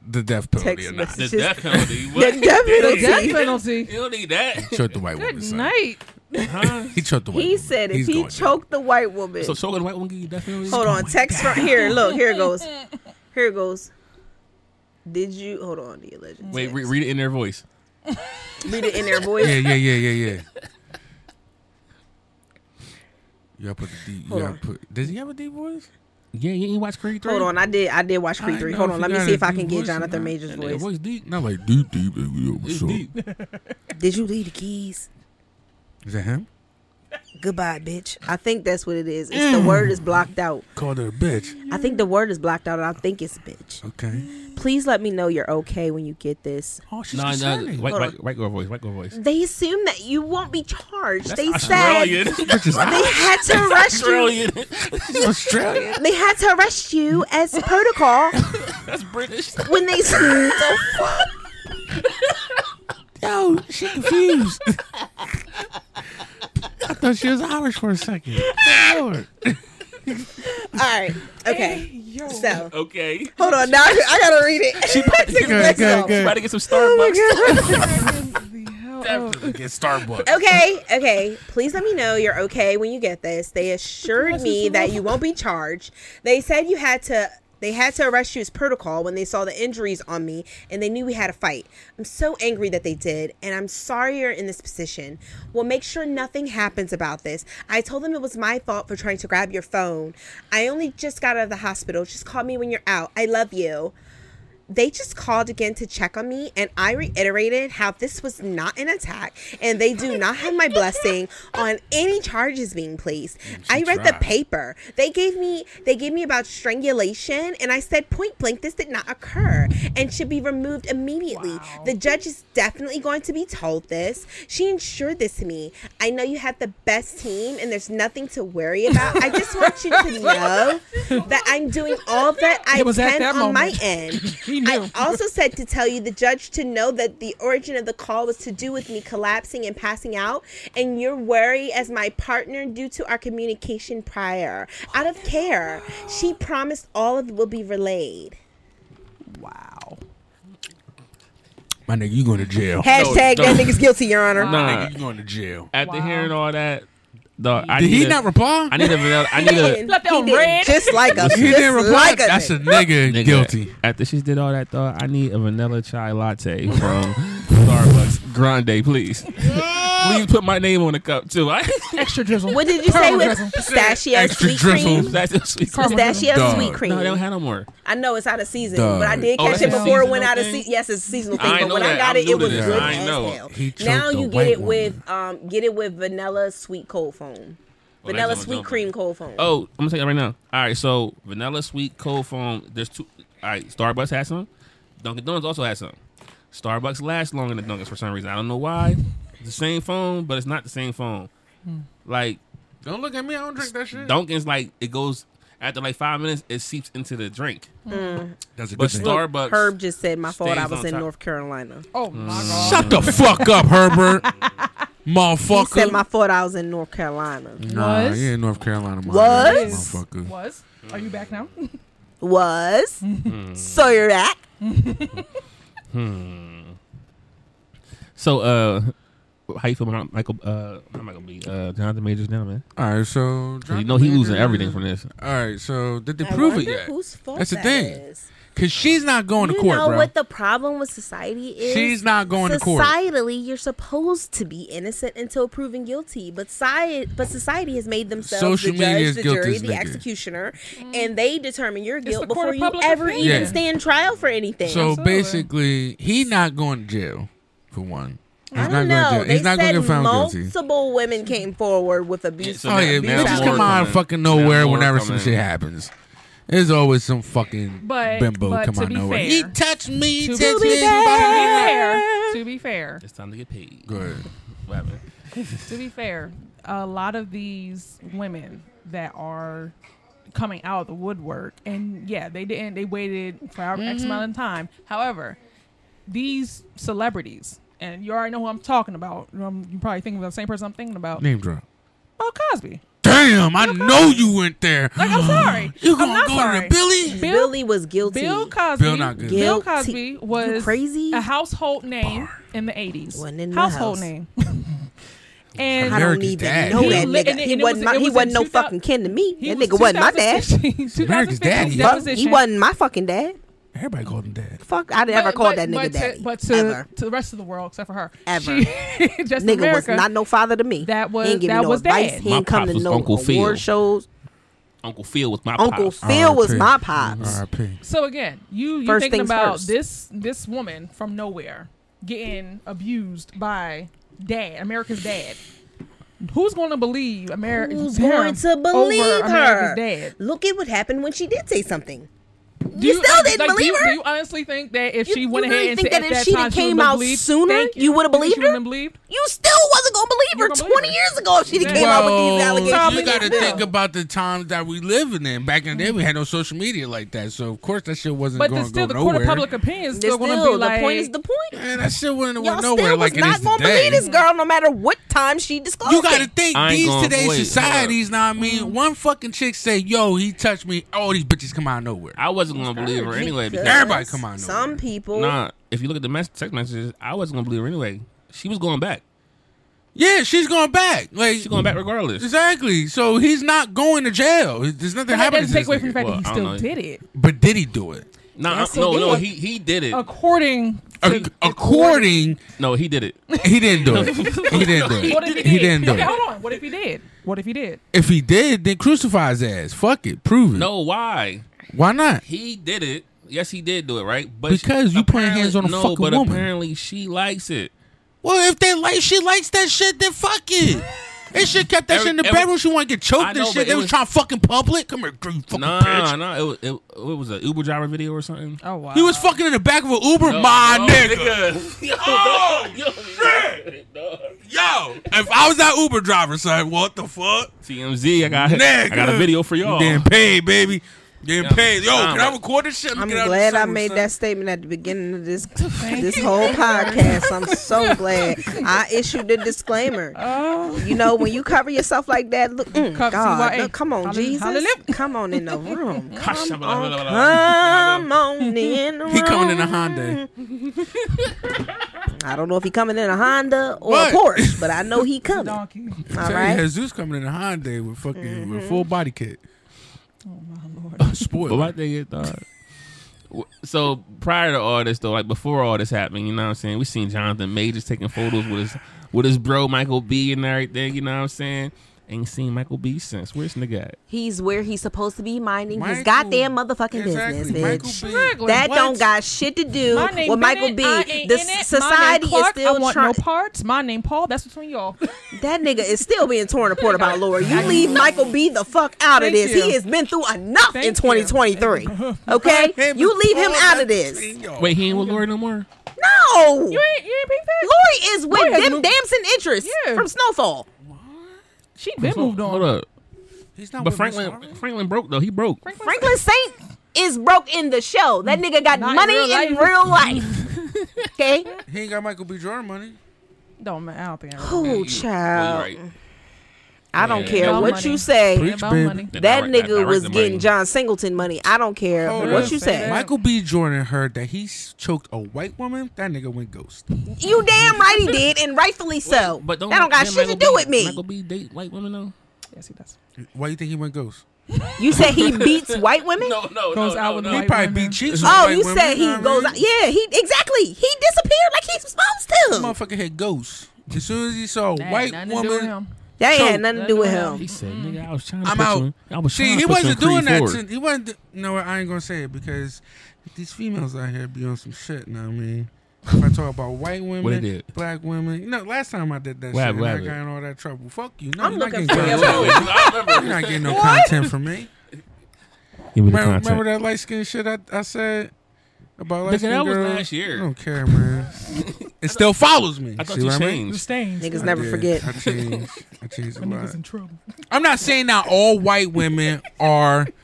B: the death penalty
D: Text
B: or not.
A: The
D: It's just-
A: death penalty.
D: The
A: What?
D: death
E: The death
D: penalty.
E: penalty.
A: You don't need that.
B: He choked the white woman.
E: Good
B: son.
E: night.
A: Huh?
B: He choked the white
D: He
B: woman.
D: said if
B: He's
D: he
B: going down.
D: choked the white woman.
A: so choking the white woman give you death penalty?
D: Hold on. Text from here. Look, here it goes. Here it goes. Did you hold on the alleged?
A: Wait,
D: text.
A: re- read it in their voice.
D: read it in their voice.
B: Yeah, yeah, yeah, yeah, yeah. You gotta put the deep. You
D: Hold
B: gotta
D: on.
B: put. Does he have a deep voice?
A: Yeah, you ain't watch Creed three.
D: Hold on, I did. I did watch Creed
B: I
D: three.
B: know
D: Hold
B: if
D: on,
B: you
D: let me
B: got
D: see
B: a
D: if I
B: deep
D: can
B: voice,
D: get
B: you
D: Jonathan
B: got-
D: Major's
A: That nigga
D: voice.
A: voice deep.
B: Not like deep, deep. like, yo, what's
A: It's
B: up?
A: deep.
D: Did you leave the keys?
B: Is that him?
D: Goodbye, bitch. I think that's what it is. It's
B: Mm.
D: the word is blocked out.
B: Called her a bitch.
D: I think the word is blocked out, and I think it's bitch.
B: Okay.
D: Please let me know you're okay when you get this.
B: Oh, she's
A: No, no,
B: concerning.
A: white,
D: Hold
A: white, white girl voice, white girl voice.
D: They assume that you won't be charged. they
A: Australian.
B: Bitch is
D: said they had to arrest you.
A: Australian.
B: Australian.
D: They had to arrest you as protocol
A: That's British.
D: when they.
B: Yo, she confused. I thought she was Irish for a second. Lord.
D: All right. Okay.
E: Yo.
D: So
A: Okay.
D: hold on. Now I gotta read it.
B: Good, good,
A: You about to
B: good.
A: get some Starbucks.
E: The hell of-
B: Definitely get Starbucks.
D: Okay, okay. Please let me know you're okay when you get this. They assured me that you won't be charged. They said you had to they had to arrest you as protocol when they saw the injuries on me and they knew we had a fight. I'm so angry that they did, and I'm sorry you're in this position. We'll make sure nothing happens about this. I told them it was my fault for trying to grab your phone. I only just got out of the hospital. Just call me when you're out. I love you they just called again to check on me and I reiterated how this was not an attack and they do not have my blessing on any charges being placed. I read the
B: tried.
D: paper. They gave me they gave me about strangulation and I said point blank this did not occur and should be removed immediately. The judge is definitely going to be told this. She ensured this to me. I know you have the best team and there's nothing to worry about. I just want you to know that I'm doing all that I
E: It was at
D: can
E: that
D: on my
E: moment.
D: end.
E: He
D: I
E: knew.
D: also said to tell you the judge to know that the origin of the call was to do with me collapsing and passing out, and your worry as my partner due to our communication prior. Out of care, she promised all of it will be relayed.
E: Wow.
B: My nigga, you going to jail.
D: Hashtag
A: no.
D: that nigga's guilty, Your Honor.
A: Nah.
B: Nigga, you going to jail.
A: After
E: Wow.
A: hearing all that, dog, I
B: Did
A: need
B: he
A: a-
B: not reply?
A: I need a vanilla. I
D: He
A: need a.
D: didn't.
E: Left it
D: He
E: on
D: didn't.
E: red.
D: Just like us.
B: he didn't
D: Just
B: reply.
D: like us.
B: That's a nigga,
A: Nigga,
B: guilty.
A: After she did all that, though, I need a vanilla chai latte from Starbucks Grande, please. please put my name on the cup too. I
E: Extra drizzle.
D: What did you say
E: Caramel
D: with
E: drizzle.
D: pistachio
B: Extra
D: sweet
B: drizzle.
D: cream?
A: that's a sweet.
E: Caramel
D: Pistachio
B: Dog.
D: sweet cream.
A: No, they don't have no more.
D: I know it's out of season,
B: Dog.
D: but I did
A: Oh,
D: catch
A: that's
D: it
A: a
D: before it
A: seasonal
D: went out of
A: thing?
D: season. Yes, it's a seasonal
A: I
D: thing. But
A: know
D: when I
A: that.
D: got
A: I'm
D: it,
A: new
D: it
A: to
D: was
A: this.
D: good
A: I
D: as
A: know.
D: hell.
B: He choked
D: Now
B: the
D: you get
B: white
D: it
B: woman.
D: with um, get it with vanilla sweet cold foam,
A: Oh, that's
D: vanilla
A: what I'm
D: sweet
A: doing.
D: cream cold foam.
A: Oh, I'm gonna tell you right now. All right, so vanilla sweet cold foam. There's two. All right, Starbucks has some. Dunkin' Donuts also has some. Starbucks lasts longer than Dunkin's for some reason. I don't know why. It's the same phone, but it's not the same phone.
D: Hmm.
A: Like
B: Don't look at me. I don't drink that shit.
A: Dunkin's, like it goes after like five minutes, it seeps into the drink.
B: That's a
A: But
B: good thing.
A: Starbucks,
D: Herb just said my fault. I
A: stays
D: was
A: on
D: in
A: top.
D: North Carolina.
E: Oh my god.
B: Shut the fuck up, Herbert.
D: He
B: Motherfucker.
D: said my fault. I was in North Carolina.
B: Nah,
E: Was?
B: you in North Carolina, my
D: Was?
B: motherfucker.
E: Was. Are you back now?
D: Was
B: Mm.
D: so you're at
A: so, uh, how you feel about Michael? Uh, not Michael B. Uh, Jonathan Majors now, man.
B: All right, so
A: You know he losing everything from this.
B: All right, so did they
D: I
B: prove
D: wonder
B: it yet?
D: Whose fault
B: That's the
D: that
B: thing.
D: is.
B: Cause she's not going
D: you
B: to court,
D: know
B: bro.
D: what the problem with society is?
B: She's not going to court.
D: Societally, you're supposed to be innocent until proven guilty, but society, but society has made themselves
B: Social
D: the
B: media
D: judge,
B: is
D: the
B: guilty
D: jury,
B: as
D: the
B: nigga.
D: executioner, and they determine your
E: the
D: guilt
E: court
D: before
E: of
D: you
E: public
D: ever
E: opinion.
D: even
B: Yeah.
D: stand trial for anything.
B: so
E: Absolutely.
B: basically, he not going to jail for one. He's
D: I
B: not
D: don't
B: going to
D: know.
B: jail. He's
D: they
B: not going
D: said
B: to get found guilty.
D: multiple women came forward with abuse.
A: so
B: oh yeah,
A: now
B: bitches
A: more
B: come out of
A: coming.
B: fucking
A: Now
B: nowhere
A: more
B: whenever some
A: coming.
B: shit happens. There's always some fucking
E: But-
B: bimbo
E: but
B: come
E: to
B: out of
E: be
B: nowhere.
E: fair-
B: he touched me.
E: To be
B: touched me,
E: fair, to be fair,
A: It's time to get paid.
B: Good.
A: What happened?
E: to be fair, a lot of these women that are coming out of the woodwork, and yeah, they didn't. They waited for our X amount of time. However, these celebrities, and you already know who I'm talking about. Um, you probably think of the same person I'm thinking about.
B: Name drop.
E: Bill Cosby.
B: Damn, I know you went there.
E: Like I'm sorry,
B: You
E: I'm
B: gonna
E: not
B: go
E: sorry.
B: to the Billy?
E: Bill-
D: Billy was guilty.
E: Bill Cosby.
B: Bill not good.
D: Guilty.
E: Cosby was
D: You crazy?
E: a household name in the eighties.
D: Wasn't in my
E: household
D: house.
E: name. and
D: I don't
B: American
D: even
B: Dad.
D: know
E: He
D: that
E: lit-
D: nigga.
E: and it-
D: He
E: and it
D: wasn't
E: was-
D: my,
E: it
D: he
E: was
D: wasn't
E: in
D: no
E: 2000
D: fucking kin to me.
E: he
D: That
E: was
D: nigga wasn't my dad.
E: 2015
B: America's daddy.
D: Fuck, he
E: deposition.
D: wasn't my fucking dad.
B: Everybody called him dad.
D: Fuck, I never
E: But-
D: called
E: but-
D: that nigga
E: but to-
D: daddy.
E: But to,
D: ever.
E: to the rest of the world, except for her,
D: Ever.
E: She, just
D: nigga
E: America,
D: was not no father to me.
E: That was-
D: he ain't give me
E: that
D: no
E: was
D: advice.
E: dad.
D: He
A: My
D: ain't come
A: pops
D: to
A: was
D: no
A: Uncle Phil.
D: award shows.
A: Uncle Phil was my Uh-huh.
D: Uncle
A: pops.
D: Phil was
B: R.I.P.
D: my pops.
B: R.I.P.
E: So again, you you
D: First
E: thinking
D: things
E: about
D: first.
E: this this woman from nowhere getting abused by dad, America's dad. Who's going to believe America?
D: Who's going to believe
E: over America's
D: her?
E: dad?
D: Look at what happened when she did say something.
E: Do
D: You still
E: uh,
D: didn't
E: do you-
D: believe her?
E: Do you honestly think that if
D: You-
E: she
D: you
E: went
D: really
E: ahead
D: think
E: and said
D: that
E: at
D: if
E: that
D: she
E: time,
D: came
E: would've
D: out
E: believed?
D: sooner,
E: Thank
D: you would've
E: think
D: believed
E: she
D: her?
E: wouldn't have believed?
D: You still wasn't gonna believe her
E: You gonna
D: 20
E: believe her.
D: years ago if she done came out with
B: Well,
D: these allegations.
B: you
E: Probably
B: got to
E: now.
B: think about the times that we living in. Back in the day, we had no social media like that, so of course that shit wasn't
E: But
B: going
E: then
B: to
E: still,
B: go
E: the court
B: nowhere.
E: of public opinion is
D: It's
E: still, going to
D: still,
E: be like
D: the point is the point.
B: Man, that shit wouldn't
D: Y'all
B: went nowhere
D: still
B: like
D: was
B: it is
D: not gonna
B: today.
D: believe this girl no matter what time she disclosed
B: You got to
D: it.
B: think
A: I ain't
B: these
A: gonna-
B: today's
A: wait, hold
B: societies. Now I mean,
E: Mm-hmm.
B: one fucking chick say, "Yo, he touched me." All these bitches come out of nowhere.
A: I wasn't gonna believe her anyway because
B: Everybody come out of nowhere.
D: Some people.
A: nah. If you look at the mess text messages, I wasn't gonna believe her anyway. She was going back.
B: Yeah, she's going back. Like
A: She's going back regardless.
B: exactly. So he's not going to jail. There's nothing
E: That
B: happening to
E: doesn't
B: this
E: take away from the
B: nigga.
E: fact
A: Well,
E: that
A: I
E: he
A: don't
E: still did it,
B: But did he do it?
A: Nah,
E: Yes,
A: I- no,
E: he
A: no,
E: did.
A: he he did it.
E: according to
B: Ac- According,
A: No, he did it.
B: he didn't do it. He didn't do
E: What if
B: it.
E: he did?
B: He didn't do
E: okay,
B: it.
E: hold on. What if he did? What if he did?
B: If he did, then crucify his ass. Fuck it. Prove it.
A: No, why?
B: Why not?
A: He did it. Yes, he did do it, right? But
B: Because you putting
A: apparently-
B: hands on a
A: no,
B: fucking
A: but
B: woman.
A: apparently she likes it.
B: Well, if they like, she likes that shit, then fuck it. They should kept that
A: Every-
B: shit in the
A: every-
B: bedroom. She want to get
A: I
B: choked
A: know, but
B: and shit.
A: it
B: They was,
A: was-
B: trying to fucking public. Come here, you fucking
A: Nah,
B: bitch.
A: nah. It was, it, it was an Uber driver video or something.
E: Oh wow.
B: He was fucking in the back of an Uber,
A: No,
B: my
A: no,
B: nigga.
A: Yo,
B: Oh,
A: yo, shit.
B: Yo, if I was that Uber driver, son, what the fuck?
A: TMZ, I got I got a
B: Nigga.
A: video for y'all.
B: Getting paid, baby. Getting
A: Yeah.
B: paid. Yo, can
A: Nah,
B: I record this shit? Let me
D: I'm
B: get out of
D: glad
B: the
D: I
B: summer,
D: made
B: son.
D: that statement at the beginning of this this whole podcast. I'm so glad I issued a disclaimer.
E: Oh.
D: You know, when you cover yourself like that, look, mm,
E: Cup
D: God,
E: CYA.
D: look, come on,
E: Hallelu-
D: Jesus,
E: hallelu-
D: come on in the room,
A: Gosh,
D: come
A: blah, blah, blah,
D: on,
A: blah, blah.
D: come on in the room.
B: He coming in a Hyundai.
D: I don't know if he coming in a Honda or
B: What?
D: a Porsche, but I know he coming. All
E: donkey.
B: Tell you,
D: right, Mm-hmm.
B: Jesus coming in a Hyundai with fucking with full body kit.
E: Oh my lord.
A: But my
B: Spoiler.
A: thing is, dog. w- So prior to all this, though, like before all this happened, you know what I'm saying? We seen Jonathan Majors taking photos with his with his bro Michael B and everything. You know what I'm saying? Ain't seen Michael B since. Where's nigga at?
D: he's where he's supposed to be minding
B: Michael-
D: his goddamn motherfucking
B: Exactly.
D: business, bitch.
B: Michael B.
E: Exactly.
D: That
E: What?
D: don't got shit to do
E: My
D: with
E: name
D: Michael
E: Bennett,
D: B.
E: I ain't
D: The
E: in
D: s-
E: it. My name
D: society is
E: Clark, I
D: still
E: want
D: trying.
E: no parts. My name Paul. That's between y'all.
D: that nigga is still being torn apart about Laura. You leave Michael B. the fuck out of
E: Thank
D: this.
E: you.
D: He has been through enough
E: Thank
D: in
E: you.
D: 2023. Okay,
B: Him
D: you
B: and
D: leave him
B: Paul
D: out of
B: Bettany,
D: this.
B: yo.
A: Wait, he ain't with Lori no more.
D: No,
E: You ain't. You ain't peeped that.
D: Lori is with
E: Lori has
D: them
E: moved-
D: damson interests
E: Yeah.
D: from Snowfall.
E: She been moved on.
A: Hold up.
B: He's not
A: But
B: with Miss
A: Franklin,
B: Marvel?
A: Franklin broke though. He broke.
D: Franklin Saint is broke in the show. That nigga got
E: Not in
D: money
E: real
D: in
E: life.
D: real life. okay.
B: He ain't got Michael B. Jordan money.
E: Don't. ma- I don't think. I really-
D: Oh,
A: You- well,
D: child.
A: you right.
D: I don't
A: Yeah.
D: care
E: About
D: what
E: money.
D: you say.
B: Preach,
E: About
B: baby.
E: money.
A: That
D: That
A: direct- that
D: nigga
A: direct
D: was
A: the
D: getting
A: money.
D: John Singleton money. I don't care
E: Oh,
B: Hold
D: what
B: up.
D: you Oh, say.
B: Michael B. Jordan heard that he s- choked a white woman. That nigga went ghost.
D: You damn right he did, and rightfully so.
A: But don't
D: that don't got
A: didn't
D: shit to
A: Michael
D: do
A: B-
D: with me.
A: Michael B date white women though.
E: Yes, he does.
B: Why you think he went ghost?
D: You said he beats white women?
A: No, no,
E: Goes
A: no,
E: out
A: no,
E: with
A: no.
E: the
B: He
E: White
B: probably
E: women.
B: beat cheeks. with
D: Oh,
B: white
D: you
B: women,
D: said he
B: know what I
D: goes
B: mean?
D: out. Yeah, he exactly. He disappeared like he's
B: That
D: supposed to.
B: motherfucker had ghosts. As soon as he saw a
E: That had
B: white
E: nothing to do with
B: woman,
E: him.
D: That ain't had
B: So-
D: nothing to do with him.
A: He said, "Nigga, I was trying to
B: I'm
A: put
B: out.
A: you in- I was
B: see,
A: trying
B: he
A: to put you
B: wasn't
A: in
B: doing
A: Creed
B: that.
A: forward.
B: To, he wasn't. do- You know what? I ain't gonna say it because these females out here be on some shit. Know what I mean? If I talk about white
A: What it
B: women,
A: did?
B: black women, you know, last time I did that
A: What
B: shit,
A: happened? What
B: and I
A: happened?
B: got in all that trouble. Fuck you. No,
D: I'm
B: you're not
D: looking
B: getting
D: for your
B: content.
A: Wait, wait, wait, I remember.
B: You're not getting no content from me.
A: Give me the
B: Remember, remember
A: content.
B: that light skin shit I, I said about light
A: Nigga,
B: skin
A: that was
B: girl?
A: last year.
B: I don't care, man. it still follows me.
A: I thought
B: See
A: you
B: what I mean?
E: The
A: changed.
E: stains.
D: Niggas
B: I
D: never
B: did.
D: forget.
B: I changed. I changed a
E: That niggas
B: lot.
E: in trouble.
B: I'm not saying that all white women are.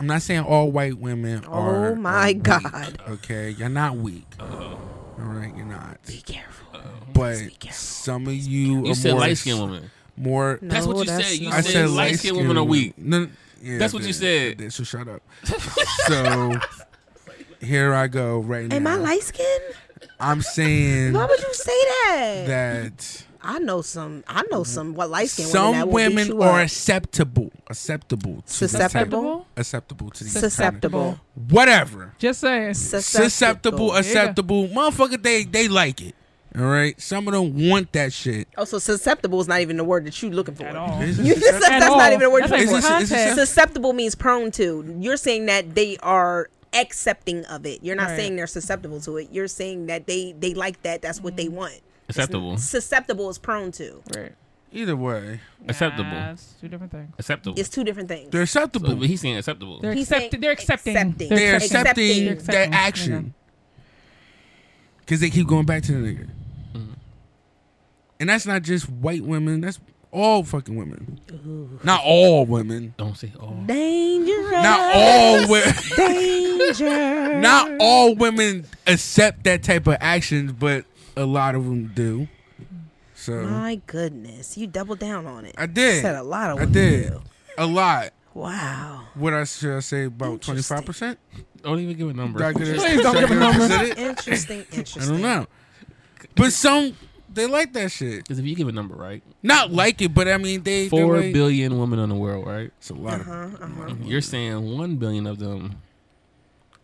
B: I'm not saying all white women are.
D: Oh my
B: are weak,
D: God.
B: Okay, you're not weak.
A: Uh-huh.
B: All right, you're not.
D: Be careful.
B: But
D: be careful.
B: some of you
A: You
B: are
A: said
B: more
A: light skinned woman.
B: More.
A: That's what you
D: No,
A: said. You
D: not-
B: I said
A: light-skinned
B: light skinned
A: women are weak.
B: No, yeah,
A: That's what
B: I
A: you
B: did. I
A: said.
B: did, So shut up. so here I go right
D: Am
B: now.
D: I light skinned?
B: I'm saying
D: Why would you say that?
B: that
D: I know some. I know some. What light skinned women that
B: some
D: will beat
B: women
D: you
B: are
D: up.
B: acceptable, acceptable, to this type-
D: Susceptible?
B: acceptable to these kind of-
D: susceptible.
B: whatever.
E: Just saying.
B: susceptible,
D: Susceptible.
B: acceptable. Motherfucker, they they like it. All right. Some of them want that shit.
D: Oh, so susceptible is not even the word that you're looking for.
E: At all.
B: Is
D: You-
B: it
D: that's
B: susceptible?
D: that's not
E: all.
D: even the word
E: That's
D: you're
E: like
B: Is
D: looking for.
B: it- is it
E: context.
B: susceptible?
D: susceptible means prone to. You're saying that they are accepting of it. You're not
E: Right.
D: saying they're susceptible to it. You're saying that they they like that. That's what
B: Mm-hmm.
D: they want. Mm-hmm.
A: Acceptable.
D: Susceptible is prone to.
E: Right.
B: Either way,
A: Acceptable.
E: Nah, it's two different things.
A: Acceptable.
D: It's two different things.
B: they're acceptable.
A: But he's saying acceptable.
E: They're,
D: He's
E: accept-
D: saying
E: they're accepting.
D: accepting.
E: They're
B: they're
E: accepting.
B: accepting,
D: accepting.
E: They're
B: their
E: accepting.
B: action because they keep going back to the nigga. And that's not just white women. That's all fucking women. Not all women.
A: Don't say oh, all.
E: Mm.
D: Dangerous.
B: Not all women.
D: Danger.
B: not all women accept that type of actions, but a lot of them do. So
D: My goodness, you doubled down on it.
B: I did.
D: Said a lot of.
B: I
D: what
B: did
D: you do.
B: a lot.
D: Wow.
B: What I should I say about twenty five percent?
A: Don't even give a number.
B: Please don't give a number.
D: Interesting. Interesting.
B: I don't know, but some they like that shit.
A: Because if you give a number, right?
B: Not like it, but I mean they
A: Mm-hmm. Four
B: they're
A: billion
B: like,
A: women in the world, right?
B: It's a lot.
D: Uh-huh, uh-huh.
A: You're saying one billion of them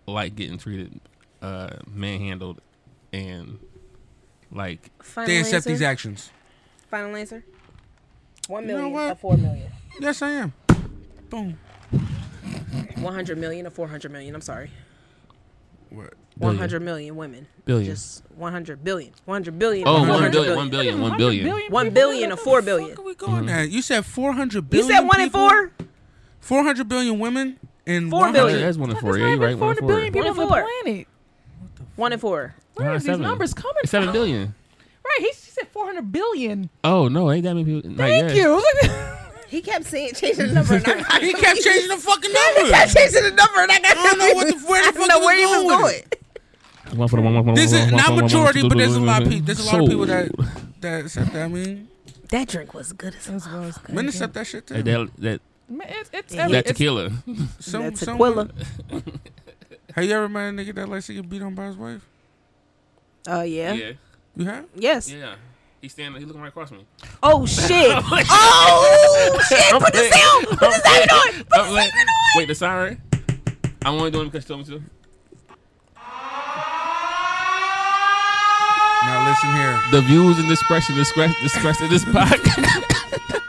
A: like getting treated, uh, manhandled, and like
B: Of,
D: Final
B: they accept
D: answer?
B: these actions.
D: Final answer. One
B: You know
D: million
B: what?
D: or four million.
B: Yes, I am. Boom.
D: One hundred million or four hundred million. I'm sorry.
B: What?
D: One hundred million women.
A: billion.
D: Just one hundred billion. One hundred billion.
A: Oh, one
D: 100
A: billion, one billion, one billion.
D: One billion or four billion.
B: Where we
A: Uh-huh.
B: going at? You said four hundred
D: You
B: billion.
D: said one in
B: people?
D: four.
B: Four hundred billion women and
D: Four
B: 100
A: Oh,
D: billion.
A: yeah, That's one in four.
E: There's
A: Yeah,
E: not
A: you're
E: even
A: right. One in
E: 400
A: four.
E: billion people on the
D: One in
E: planet.
D: One in four.
E: Where
A: Nah,
E: are these
A: seven.
E: numbers coming
A: Seven
E: from?
A: billion.
E: Right, he she said 400 billion.
A: Oh no, ain't that many people? Not
E: Thank
A: yet.
E: you.
D: He kept saying changing the number. And I got
B: He kept changing the fucking number.
D: He kept changing the number, and I got
B: I don't know what the- where the
D: I
B: fuck
D: don't know
B: he
D: where he
B: was
D: was
B: going with
D: going.
B: This is not majority, but there's a lot of people. There's a lot of people that that accept that. I mean,
D: That drink was good as
E: That's what I was
B: men
E: thinking.
B: accept that shit too.
A: Hey, that that,
E: Man, it's- it's
D: Yeah.
E: every-
A: that
E: it's-
A: tequila.
B: Some-
D: That's
B: some-
D: Aquila.
B: Have you ever met a nigga that likes to get beat on by his wife?
D: Oh yeah.
B: You have?
D: Yes.
A: yeah. He's standing. He's looking right across me. Uh,
D: Oh shit. oh shit. Put this down. Put this down on.
A: Oh, wait, wait, the siren. I'm only doing it because she told me to.
B: Now listen here.
A: The views and expression discre- discussed in this podcast.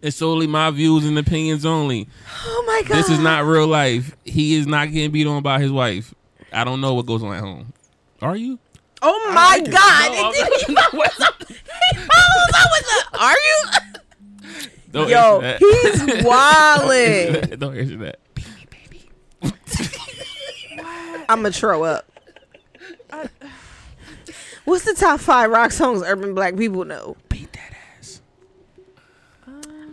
A: It's solely my views and opinions only.
D: Oh my god.
A: This is not real life. He is not getting beat on by his wife. I don't know what goes on at home. Are you?
D: Oh my
B: like it.
D: god.
A: No,
D: And then he follows up. He follows up with the. Are you?
A: Don't
D: Yo,
A: answer
D: he's
A: that.
D: wildin'.
A: don't answer that.
D: I'ma throw up. What's the top five rock songs urban black people know?
B: Beat that ass.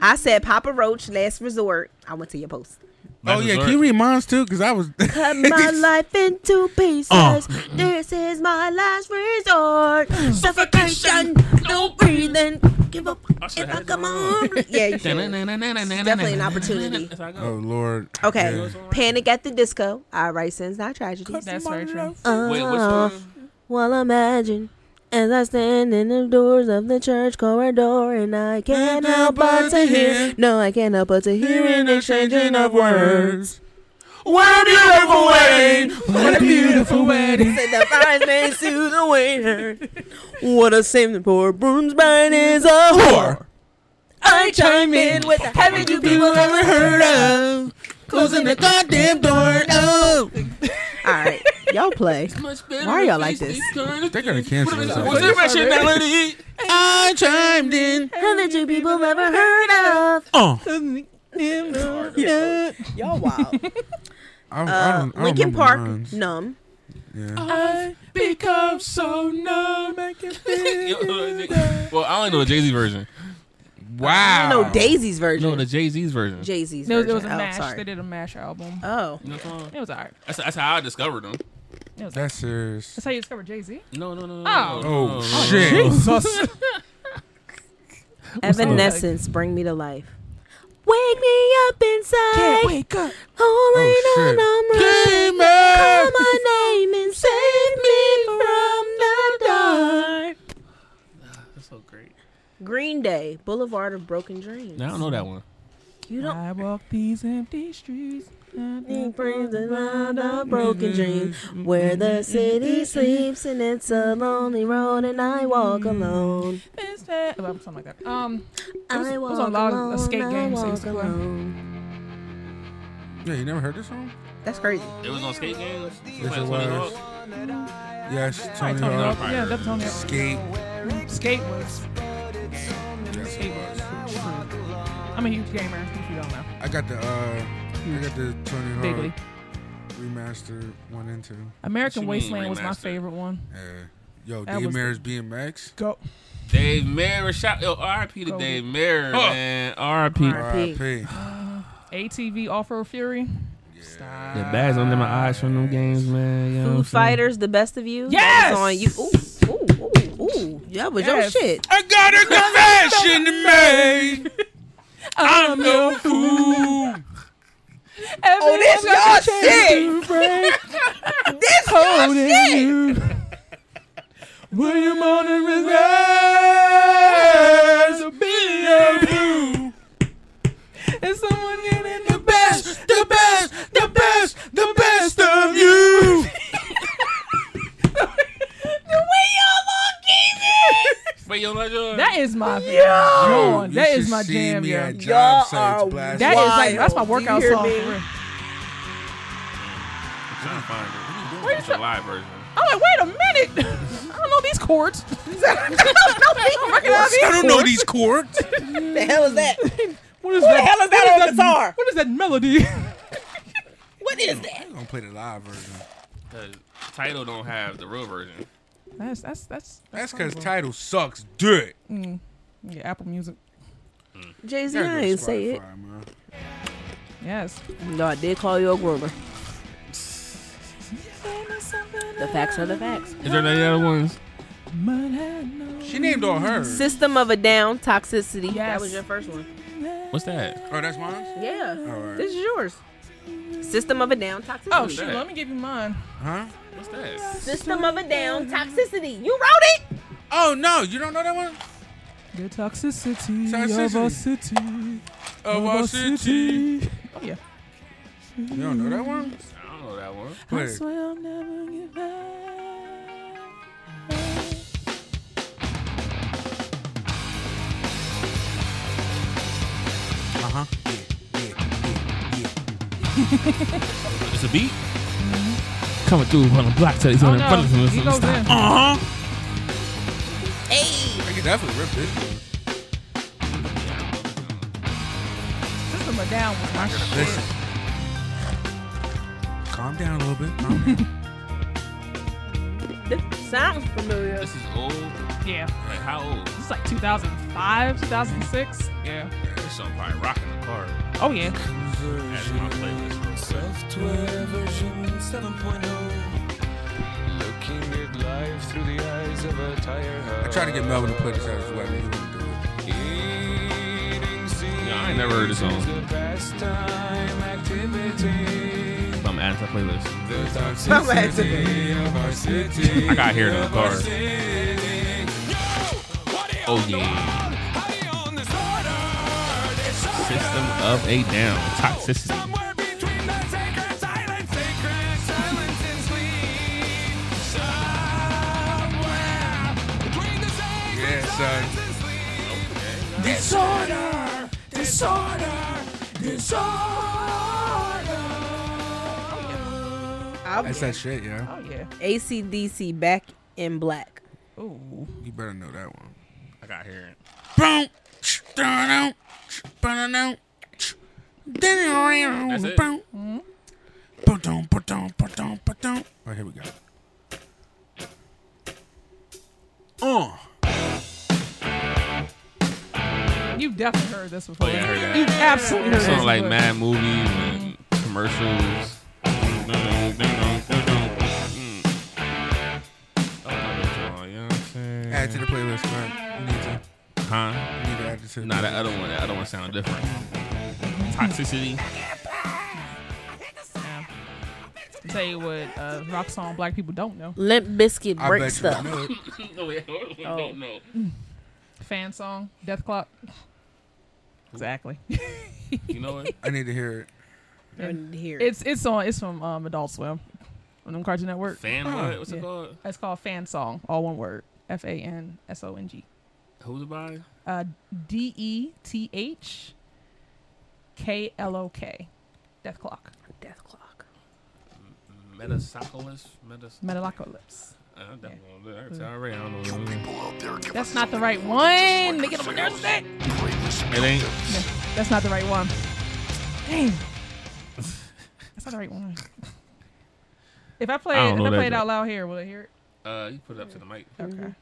D: I said Papa Roach, Last Resort. I went to your post.
B: Oh yeah, can you read mine too? Because I was.
D: Cut my life into pieces.
B: Uh.
D: This is my last resort. Suffocation, no breathing. Give up if I come on. Yeah, you should.
A: Definitely
D: Definitely an opportunity.
B: oh Lord.
D: Okay.
B: Yeah.
D: Panic at the disco. I write sins, not tragedies. Uh-huh.
E: That's very true.
A: Wait, which one?
D: Well, imagine As I stand in the doors of the church corridor, and I can't help but to hear. No, I can't help but to hear an exchanging of words.
B: What a beautiful wedding! What a beautiful wedding!
D: Said the bridesmaid to the waiter. What a shame the poor broom's bride is a whore. I chime in with the haven't you people ever heard of?
B: Closing the goddamn door. Oh,
D: All right, y'all play. Why are y'all like this?
B: they're gonna cancel this.
E: What's your
B: rationality? I chimed in.
D: Haven't you people ever heard of?
B: Oh,
D: Yeah. Y'all wild.
B: I, I
D: Uh,
B: don't- I don't
D: Lincoln
B: remember
D: Uh, Park,
B: mines.
D: numb.
B: Yeah.
E: I become so numb. I can
A: well, I only know the Jay Z version.
B: Wow.
D: No, Daisy's version.
A: No, the Jay Z's version.
D: Jay Z's
E: No,
D: version.
E: it was a
D: oh,
E: mash. They
D: Sorry.
E: did a mash album.
D: Oh,
A: You know what I'm talking about?
E: It was alright.
A: That's, that's how I discovered them.
E: It was alright.
B: That's serious.
E: That's how you discovered Jay Z.
A: No, no, no. no, no,
B: Oh,
E: Oh.
A: no, no, no.
B: shit.
D: Evanescence, bring me to life. Wake me up inside.
E: wake up.
D: Only
B: Oh,
D: know
B: shit.
D: I'm right. Call my name and save me from the dark.
A: That's so great.
D: Green Day, Boulevard of Broken Dreams.
A: Now, I don't know that one.
D: You don't
E: I walk these empty streets.
D: It brings the land of broken dreams where the city sleeps and it's a lonely road and I walk alone.
E: Is that- oh, something like that. Um, was-
D: I
E: it
D: walk
E: was on a lot of
D: alone.
E: escape
D: I
E: games they
D: walk
E: used to play.
D: alone.
B: Yeah, you never heard this song?
D: That's crazy.
A: It was on skate games.
B: Yes,
A: Like
B: it
A: Tony
B: was.
A: Hawk.
B: Yes, Tony
E: Tony Hawk.
B: Hawk.
E: Yeah, that's Tony Hawk.
B: Skate.
E: Skate was.
B: Yes, it was.
E: Hmm. I'm a huge gamer. If you don't know,
B: I got the uh, I got the Tony Hawk
E: bigly.
B: remastered one and two.
E: American
A: What you mean,
E: Wasteland was my
A: remastered?
E: favorite one.
B: Uh, yo,
E: That
B: Dave
E: was-
B: Maris BMX.
E: Go.
A: Dave Mayer. Shout yo, R.I.P. to
E: Kobe.
A: Dave Mayer,
B: Huh.
A: man. R.I.P.
D: R.I.P.
B: R.I.P.
E: ATV Off Road Fury.
A: The bags under my eyes from them games, man. You know what
D: Foo
A: I'm saying?
D: Fighters, the best of you.
E: Yes!
D: That was on you. Ooh, ooh, ooh, ooh. That was
E: Yes.
D: your shit.
B: I got a confession to make.
E: I'm your
B: Ooh,
E: Oh,
D: this y'all shit. This y'all shit.
E: When you're on a
B: there's a bit of you.
E: and someone getting the
B: Best, the best, the best, the best of you.
A: Wait, yo, let your-
E: That is my jam.
B: you
E: That
B: should
E: is my
B: see
E: jam,
B: me
E: yo.
B: at job
D: Y'all
B: sites
D: are
B: blasting.
E: That is like that's my
D: Wild. Do you
E: workout
D: hear
E: song. for
D: me?
E: real.
A: I'm trying to find it. What is the live version?
E: I'm like, wait a minute. I don't know these chords. I don't recognize these
B: I don't know
E: chords.
B: these chords.
D: The hell is that?
E: What is that?
D: hell is that
E: what
D: on guitar?
E: What is that melody?
D: What is that?
B: I'm gonna play the live version.
A: 'Cause title don't have the real version.
E: that's that's that's
B: That's because
E: horrible.
B: title sucks dick.
E: yeah, Apple Music.
D: Jay Z,
B: Gotta go
D: I
B: to
D: ain't say it.
B: Spotify, man.
E: Yes.
D: No, I did call you a groomer. The facts are the facts.
A: Is there any other ones?
B: She named all hers.
D: System of a Down, Toxicity. That
E: Yes.
D: was your first one.
A: What's that?
B: Oh, that's mine.
D: Yeah.
B: right.
D: This is yours. System of a Down, Toxicity.
E: Oh shoot, let me give you mine.
B: Huh?
A: What's that?
D: System of a Down, Toxicity. You wrote it.
B: Oh no, you don't know that one?
E: The toxicity,
B: Toxicity.
E: of our city,
B: Of
E: of
B: our
E: our
B: city.
E: city. Oh yeah.
B: You don't know that one?
A: I don't know that one.
B: Play it.
E: swear I'll never give up.
B: Uh-huh. Yeah, yeah, yeah,
A: It's a beat. Mm-hmm. Coming through on the block till he's
E: Oh
A: on in front of
E: no,
A: him.
E: he goes in.
B: Uh-huh. Hey. I can definitely rip this one.
E: System of Down was my shit.
B: Listen. Calm down a little bit. Calm down.
D: This sounds familiar.
A: This is old.
E: Yeah,
A: Like how old?
E: this is like 2005, 2006. Yeah.
A: This song probably rocking the car.
E: Oh yeah.
A: That's my playlist. real quick.
G: Software version 7.0. Looking at life through the eyes of a tire
B: I tried to get Melvin to play this out as well. He wouldn't do it.
G: Eating
A: Yeah, I ain't never heard this
G: seeds
A: song.
G: is the pastime activity.
A: So I'm adding to the playlist.
G: The toxicity of our city.
A: I gotta hear it on the
G: of our
A: card.
G: city.
A: Oh yeah. System of a down. Toxicity.
B: Yeah, son.
D: I'll-
B: That's that shit, yeah.
E: Oh yeah.
D: ACDC back in black.
E: Ooh.
B: You better know that one.
A: I got here.
B: Boom. Dun-dun. Dun-dun. Dun-dun.
A: That's it.
B: Boom. Ba-dum, ba-dum, ba-dum, ba-dum. All right, here we go. Oh,
E: You've definitely heard this before.
A: Oh, yeah, I heard that.
E: You've absolutely heard
A: It sounds
E: this
A: like
E: before.
A: mad movies and commercials. Mm. I love that song, you know what I'm saying?
B: add to the playlist, man. You need to,
A: Huh?
B: you need to add it to the
A: Nah, that other one. That other one sound different. Toxicity.
E: I'll Tell you what, uh, rock song black people don't know.
D: Limp Biscuit
B: I
D: break
B: bet you I
D: stuff.
B: know it.
A: no, wait, hold on,
E: Oh.
A: don't know.
E: Fan song, Death Clock. Exactly.
A: You know what?
B: I need to hear it.
D: Here.
E: It's it's on. It's from um, Adult Swim, on them Cartoon Network.
A: Fan
B: Huh.
A: what? What's
E: Yeah.
A: it called?
E: It's called Fan Song, all one word. F A N S O N G.
A: Who's it by?
E: Uh, D E T H K L O K. Death Clock.
D: Death Clock.
A: Metasocalis? Metas- uh,
E: Metalocalypse.
A: I don't know. That's all right. I don't know. what it
E: That's not the right one. They get over there today.
A: is. It ain't.
E: That's not the right one. Dang. That's not the right one. If I play
A: I
E: it,
A: don't
E: if
A: know
E: I
A: that
E: play it
A: guy.
E: out loud here, will it hear it?
A: Uh, you put it up to the mic.
E: Okay.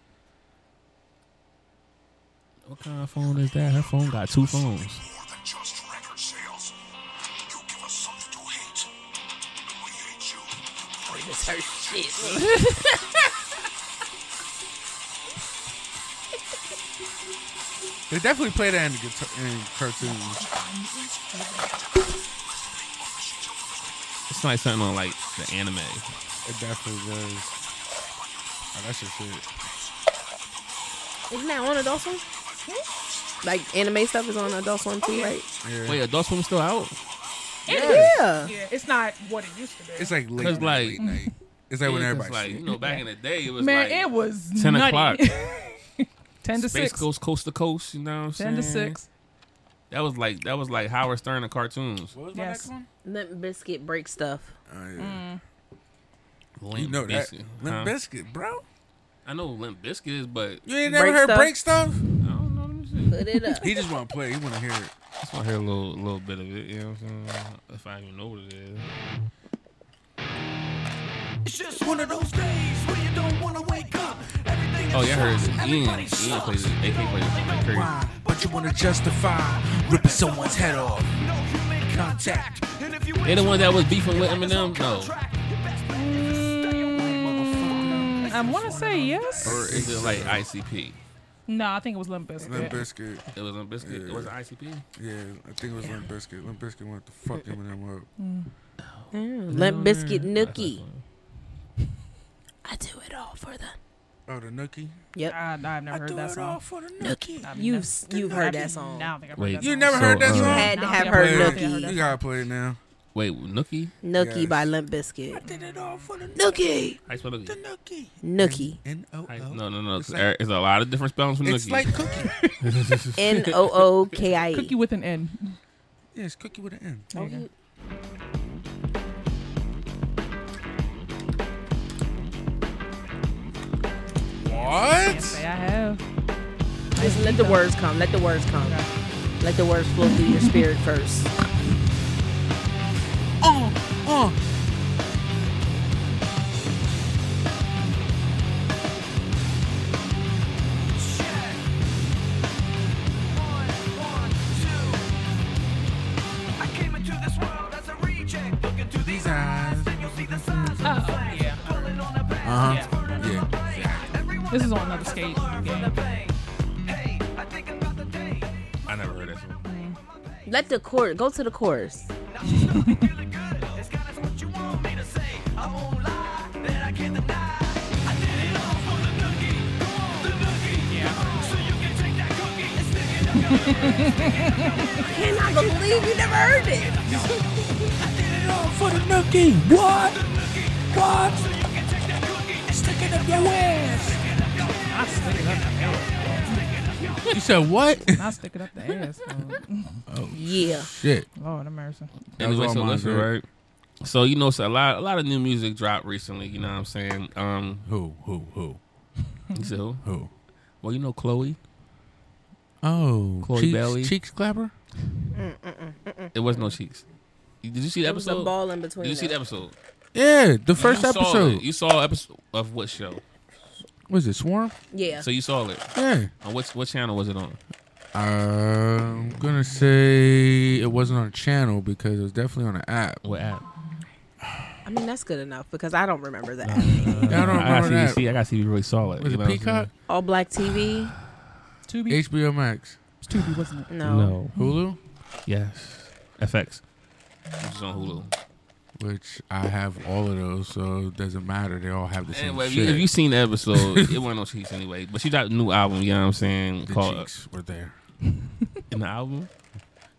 A: What kind of phone is that? Her phone got two phones.
B: They definitely play that in the guitar, in cartoons.
A: It's like something on like the anime.
B: It definitely does. Oh, that's your shit.
D: Isn't that on Adult Swim? Like anime stuff is on Adult Swim too, right?
B: Yeah.
A: Wait, Adult Swim still out?
D: Yeah.
E: Yeah, it's not what it used to be.
B: It's like late,
A: 'Cause,
B: night,
A: like-
B: late night. It's like when
A: Yeah, 'cause,
B: everybody's
A: like,
B: sleep.
A: you know, back in the day, it was
E: Man,
A: like
E: it was
A: 10
E: nutty.
A: o'clock.
E: 10 to
A: Space
E: 6.
A: goes coast to coast. You know what I'm
E: 10
A: saying?
E: to 6.
A: That was like that was like Howard Stern of cartoons.
B: What was
E: my Yes. next
B: one?
D: Limp Biscuit break stuff.
B: Oh, yeah.
D: Mm-hmm.
B: You
A: Limp
B: know that.
A: Bizkit,
B: Limp
A: huh?
B: Biscuit, bro.
A: I know Limp Biscuit is, but
B: You ain't
D: Break
B: never heard
D: Stuff.
B: break stuff?
A: I don't know. Let me see.
D: Put it up.
B: He just want to play. He want to hear it.
A: I just want to hear a little little bit of it. You know what I'm saying? If I even know what it is.
H: It's just one of those days where you don't wanna wake up. Everything
A: Oh
H: is
A: yeah, I heard
H: sucks.
A: it. Ian,
H: Everybody
A: Ian
H: sucks.
A: plays it. AK plays it like crazy.
H: Why?
B: But you want to justify ripping someone's head off.
H: No human contact. And if you
A: They the one that was beefing with Eminem. No,
E: I want to say yes.
A: or is it like ICP?
E: No, I think it was Limp Bizkit.
B: Limp Biscuit.
A: It was Limp Biscuit. It was ICP.
B: Yeah, I think it was Limp Biscuit. Limp Biscuit wanted to fuck Eminem up.
D: Limp Biscuit Nookie. I do it all for the
B: Oh, the nookie.
D: Yep.
E: I, I've never heard that song.
B: Oh, for the nookie.
E: I mean,
D: You've
E: that's-
D: you've
E: I
D: heard
E: didn't-
D: that song.
E: No, I don't think I've
A: Wait.
E: heard that
B: You
E: song.
B: never heard that
A: So,
B: song?
A: uh,
D: Had to
E: No,
D: have
E: I
D: heard
E: don't
B: Yeah,
E: think I heard
D: Nookie.
E: that
B: You gotta play it now.
A: Wait, Nookie?
D: Nookie
B: Yes.
D: by Limp Biscuit. Nookie.
A: How you spell Nookie?
B: nookie.
D: Nookie.
B: N O
A: How you-
B: O.
A: No, no, no.
B: It's
A: It's,
B: like-
A: a lot of different spellings for
B: It's
A: Nookie.
B: like cookie.
D: N O O K I
E: Cookie
D: E.
E: with an N.
B: Yeah, it's cookie with an N.
D: Oh,
E: There you go. Say
B: What?
E: I have.
D: Just let the words come. Let the words come. Let the words flow through your spirit first.
B: Oh, oh. These eyes.
E: Oh, yeah.
B: Uh huh. Yeah.
E: This is on another skate game.
A: I never heard that song.
D: Let the chorus go to the chorus.
E: Yeah.
D: cannot believe you never heard it.
H: for the nookie. What? What? Stick it up your ass.
E: I stick it up the ass.
B: You said what?
E: I stick it up the ass. Lord.
D: Yeah.
B: Shit.
E: Lord have mercy.
B: That was
A: Anyway,
B: all
A: so
B: mine,
A: listen,
B: right?
A: right? So you know, so a lot, a lot of new music dropped recently. You know what I'm saying? Um,
B: Who? Who? Who?
A: so
B: Who?
A: well, you know, Chloe.
B: Oh,
A: Chloe
B: cheeks,
A: Bailey.
B: cheeks clapper.
A: It was no cheeks. Did you see the
D: It was a
A: episode?
D: ball in between.
A: Did you see the
D: them.
A: episode?
B: Yeah, the first
A: You saw
B: episode.
A: it. You saw episode of what show?
B: Was it Swarm?
D: Yeah.
A: So you saw it.
B: Yeah.
A: On what what channel was it on?
B: I'm gonna say it wasn't on a channel because it was definitely on an app.
A: What app?
D: I mean, that's good enough because I don't remember that. name.
B: Uh, I don't remember
A: gotta
B: that.
A: see, I gotta see if you really saw it. you
B: Was uh, it
A: know what I'm
B: Peacock?
D: All Black TV?
E: Tubi.
B: HBO Max,
E: It's Tubi, wasn't it?
A: saying?
D: No.
A: No.
B: Hulu,
A: Yes. FX. It's on Hulu.
B: which I have all of those, so it doesn't matter. They all have the same
A: Anyway, if you,
B: shit.
A: if you seen the episode, it wasn't no cheeks anyway. But she got a new album. You know what I'm saying?
B: the
A: called uh,
B: cheeks were there.
A: in the album.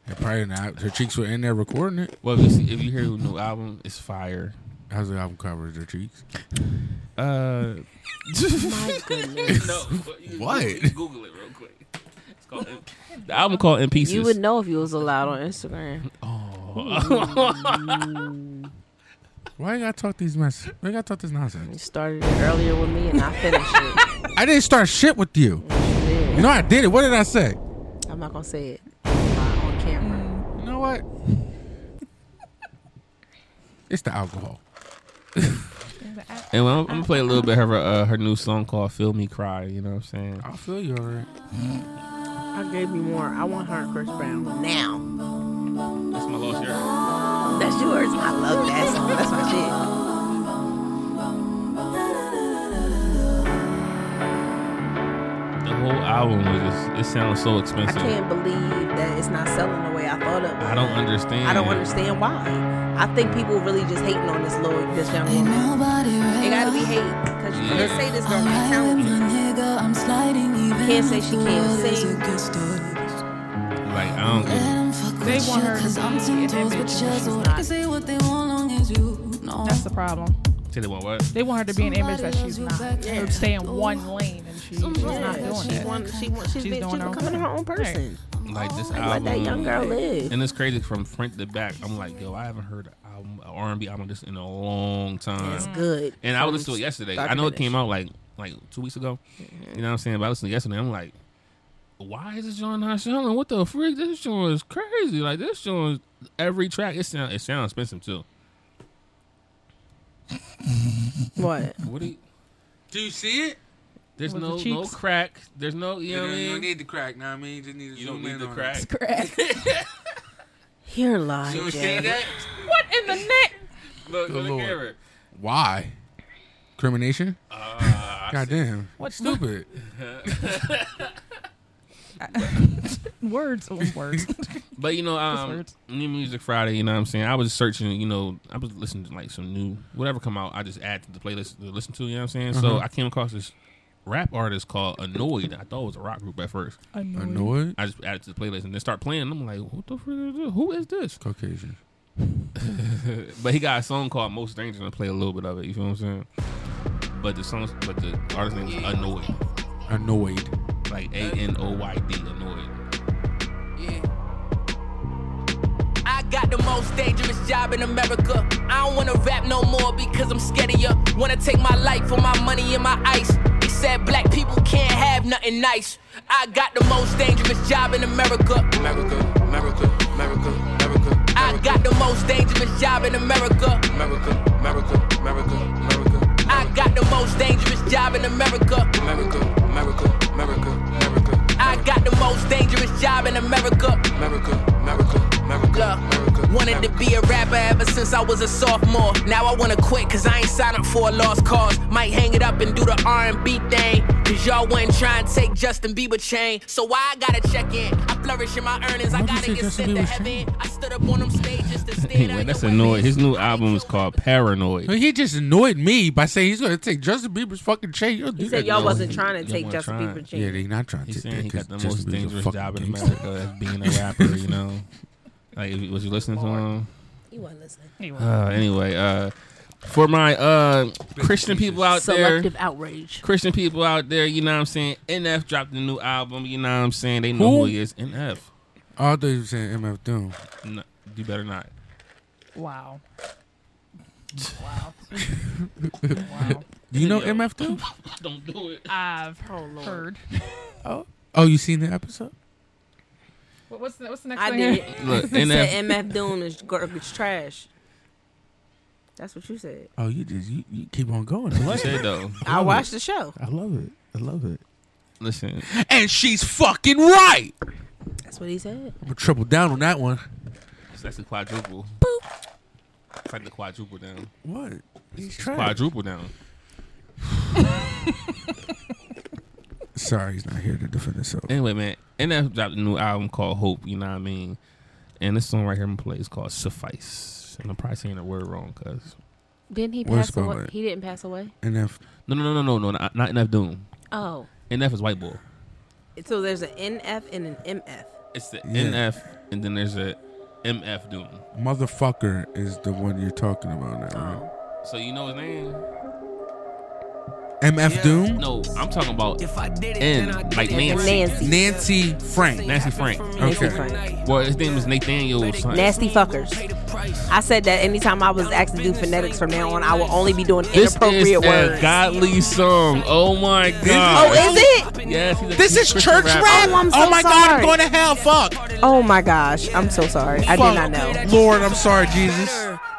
B: And probably not. Her cheeks were in there recording it.
A: Well, if you, see, if you hear the new album, it's fire.
B: How's the album cover? Their cheeks.
A: Uh,
D: My goodness.
A: no. You,
B: What?
A: You, you Google it real quick. It's called the album called In Pieces.
D: You would know if you was allowed on Instagram.
B: Why you gotta talk these mess? Why you gotta talk this nonsense?
D: You started it earlier with me and I finished it.
B: I didn't start shit with you.
D: Yeah.
B: No, I did it. What did I say?
D: I'm not going to say it uh, on camera.
B: You know what? it's the alcohol.
A: And well, I'm, I'm gonna play a little bit of her uh, her new song called "Feel Me Cry." You know what I'm saying?
B: I feel you alright.
D: I gave you more. I want her and Chris Brown Mm. now.
A: That's my lost year.
D: That's yours. I love that song. That's my shit.
A: The whole album was just it sounds so
D: I
A: expensive. I,
D: can't believe that it's not selling the way I thought it would.
A: don't understand.
D: I don't understand why. I think people really just hating on this little this young woman. It gotta be hate because you can't say this girl can't talent.
I: Can't say she can't sing.
A: Like I don't get it.
E: They want her
I: Cause
E: to
I: I'm
E: be in that bitch.
I: just
D: not.
I: They can say what they want long as you know.
E: That's the problem.
A: Say they want what?
E: They want her to be an image that she's not. Or stay in one lane and she, she's not doing
D: She
E: that.
D: won, she won, she's,
E: She's
D: been,
E: doing
D: she's
E: her own
D: becoming
E: thing.
D: her own person.
A: Like this
D: Let
A: album.
D: that young girl live.
A: Mm-hmm. And it's crazy from front to back. I'm like, yo, I haven't heard an album, an R&B album this in a long time.
D: It's good.
A: And I was listening to it yesterday. I know it came out like like two weeks ago. You know what I'm saying? But I listened to it yesterday. I'm like, why is this joint not selling? What the freak? This joint is crazy. Like this joint, is- every track it sound it sounds expensive too.
D: What?
A: What do you,
B: Do you see it?
A: there's
E: With the
A: no no
E: cheeks.
A: crack. There's no you know what I mean.
B: need the crack. Now I mean, you just need to
A: You don't need the crack.
D: Here lie,
A: You see
D: Jay.
A: that?
E: What in the neck?
A: Look,
B: Good
A: look at the
B: Lord.
A: camera.
B: Why? Crimination?
A: Uh,
B: Goddamn.
E: What-
B: Stupid.
E: Words on words.
A: But you know, um,
E: words.
A: New Music Friday. You know what I'm saying? I was searching. You know, I was listening to like some new whatever come out. I just add to the playlist to listen to. You know what I'm saying? So I came across this rap artist called Annoyed. I thought it was a rock group at first.
E: Annoyed.
B: Annoyed?
A: I just added to the playlist and then start playing. I'm like, what the frick is this? Who is this?
B: Caucasian.
A: But he got a song called Most Dangerous. and I play a little bit of it. You feel what I'm saying? But the song, but the artist name is Annoyed,
B: Annoyed.
A: like A N O Y D, Annoyed.
J: I got the most dangerous job in America. I don't wanna rap no more because I'm scared of ya. Wanna take my life for my money and my ice. They said black people can't have nothing nice. I got the most dangerous job in America. America, America, America, America. I got the most dangerous job in America. America, America, America, America. I got the most dangerous job in America. America, America, America, America. I got the most dangerous job in America. America, America, America. burglar. Wanted to be a rapper ever since I was a sophomore. Now I wanna quit cause I ain't signed up for a lost cause. Might hang it up and do the R&B thing. Cause y'all wasn't trying to take Justin Bieber chain. So why I gotta check in? I flourish in my earnings. I gotta get sent to heaven. I stood up on them stages to stand
A: Anyway, that's annoying. His new album is called Paranoid.
B: He just annoyed me by saying he's going to take Justin Bieber's fucking chain. Yo,
D: He said y'all wasn't trying to take Justin Bieber's
B: Yeah,
D: chain.
B: they not trying to
A: He's
B: take
A: saying he
B: that
A: got the
B: 'cause
A: most
B: Justin Bieber's a
A: dangerous
B: fucking
A: job in
B: gangster.
A: America as being a rapper. You know, like if- was you listening to him?
D: He wasn't listening.
A: Uh, anyway, uh, for my uh, Christian people out there,
K: Selective outrage.
A: Christian people out there, you know what I'm saying? NF dropped a new album. You know what I'm saying? They know who,
B: Who?
A: he is. NF.
B: Oh, I thought you were saying MF Doom.
A: No, you better not.
E: Wow.
B: Do you know
A: Yo.
B: MF Doom?
A: Don't do it.
E: I've heard.
B: Oh, oh, you seen the episode?
E: What, what's the what's the next
D: I
E: thing?
D: did.
A: Look,
D: he
A: NF
D: said MF Doom is garbage trash. That's what you said.
B: Oh, you just you, you keep on going. I
A: You
B: love
A: said
B: it.
A: though.
D: I watched the show.
B: I love it. I love it.
A: Listen,
B: And she's fucking right. I'm
D: That's what he said.
B: gonna triple down on that one.
A: that's the quadruple. It's like the quadruple down.
B: What? He's trying.
A: Quadruple down.
B: Sorry, he's not here to defend himself.
A: Anyway, man, NF dropped a new album called Hope. You know what I mean? And this song right here I'm gonna play is called Suffice. And I'm probably saying the word wrong, cause
D: Didn't he
B: Where's
D: pass away?
B: Scarlett?
D: He didn't pass away.
B: And if
A: no, no, no, no, no, no, not not NF Doom.
D: Oh,
A: NF is white boy.
D: so there's an NF and an MF.
A: It's the
B: Yeah.
A: NF, and then there's a MF Doom.
B: motherfucker is the one you're talking about now,
D: Oh,
A: So you know his name?
B: right? MF Doom,
A: Oh. No, I'm talking about
H: If I did it,
A: N,
H: then I did
A: like
H: it.
A: Nancy.
D: Nancy.
B: Nancy Frank.
A: Nancy Frank.
D: Nancy
B: Okay.
D: Frank.
A: Well, his name is Nathaniel. Son.
D: Nasty fuckers. I said that anytime I was asked to do phonetics from now on, I will only be doing
A: This is
D: inappropriate
A: a
D: words.
A: godly song. Oh my
D: oh,
A: god.
D: is it?
A: Yes, he's a
B: This is
A: Christian
B: church
A: rapper.
B: rap.
D: Oh, I'm so
B: my god, I'm
D: sorry.
B: going to hell. Fuck.
D: Oh my gosh, I'm so sorry. I did not know.
B: Fuck. Lord, I'm sorry, Jesus.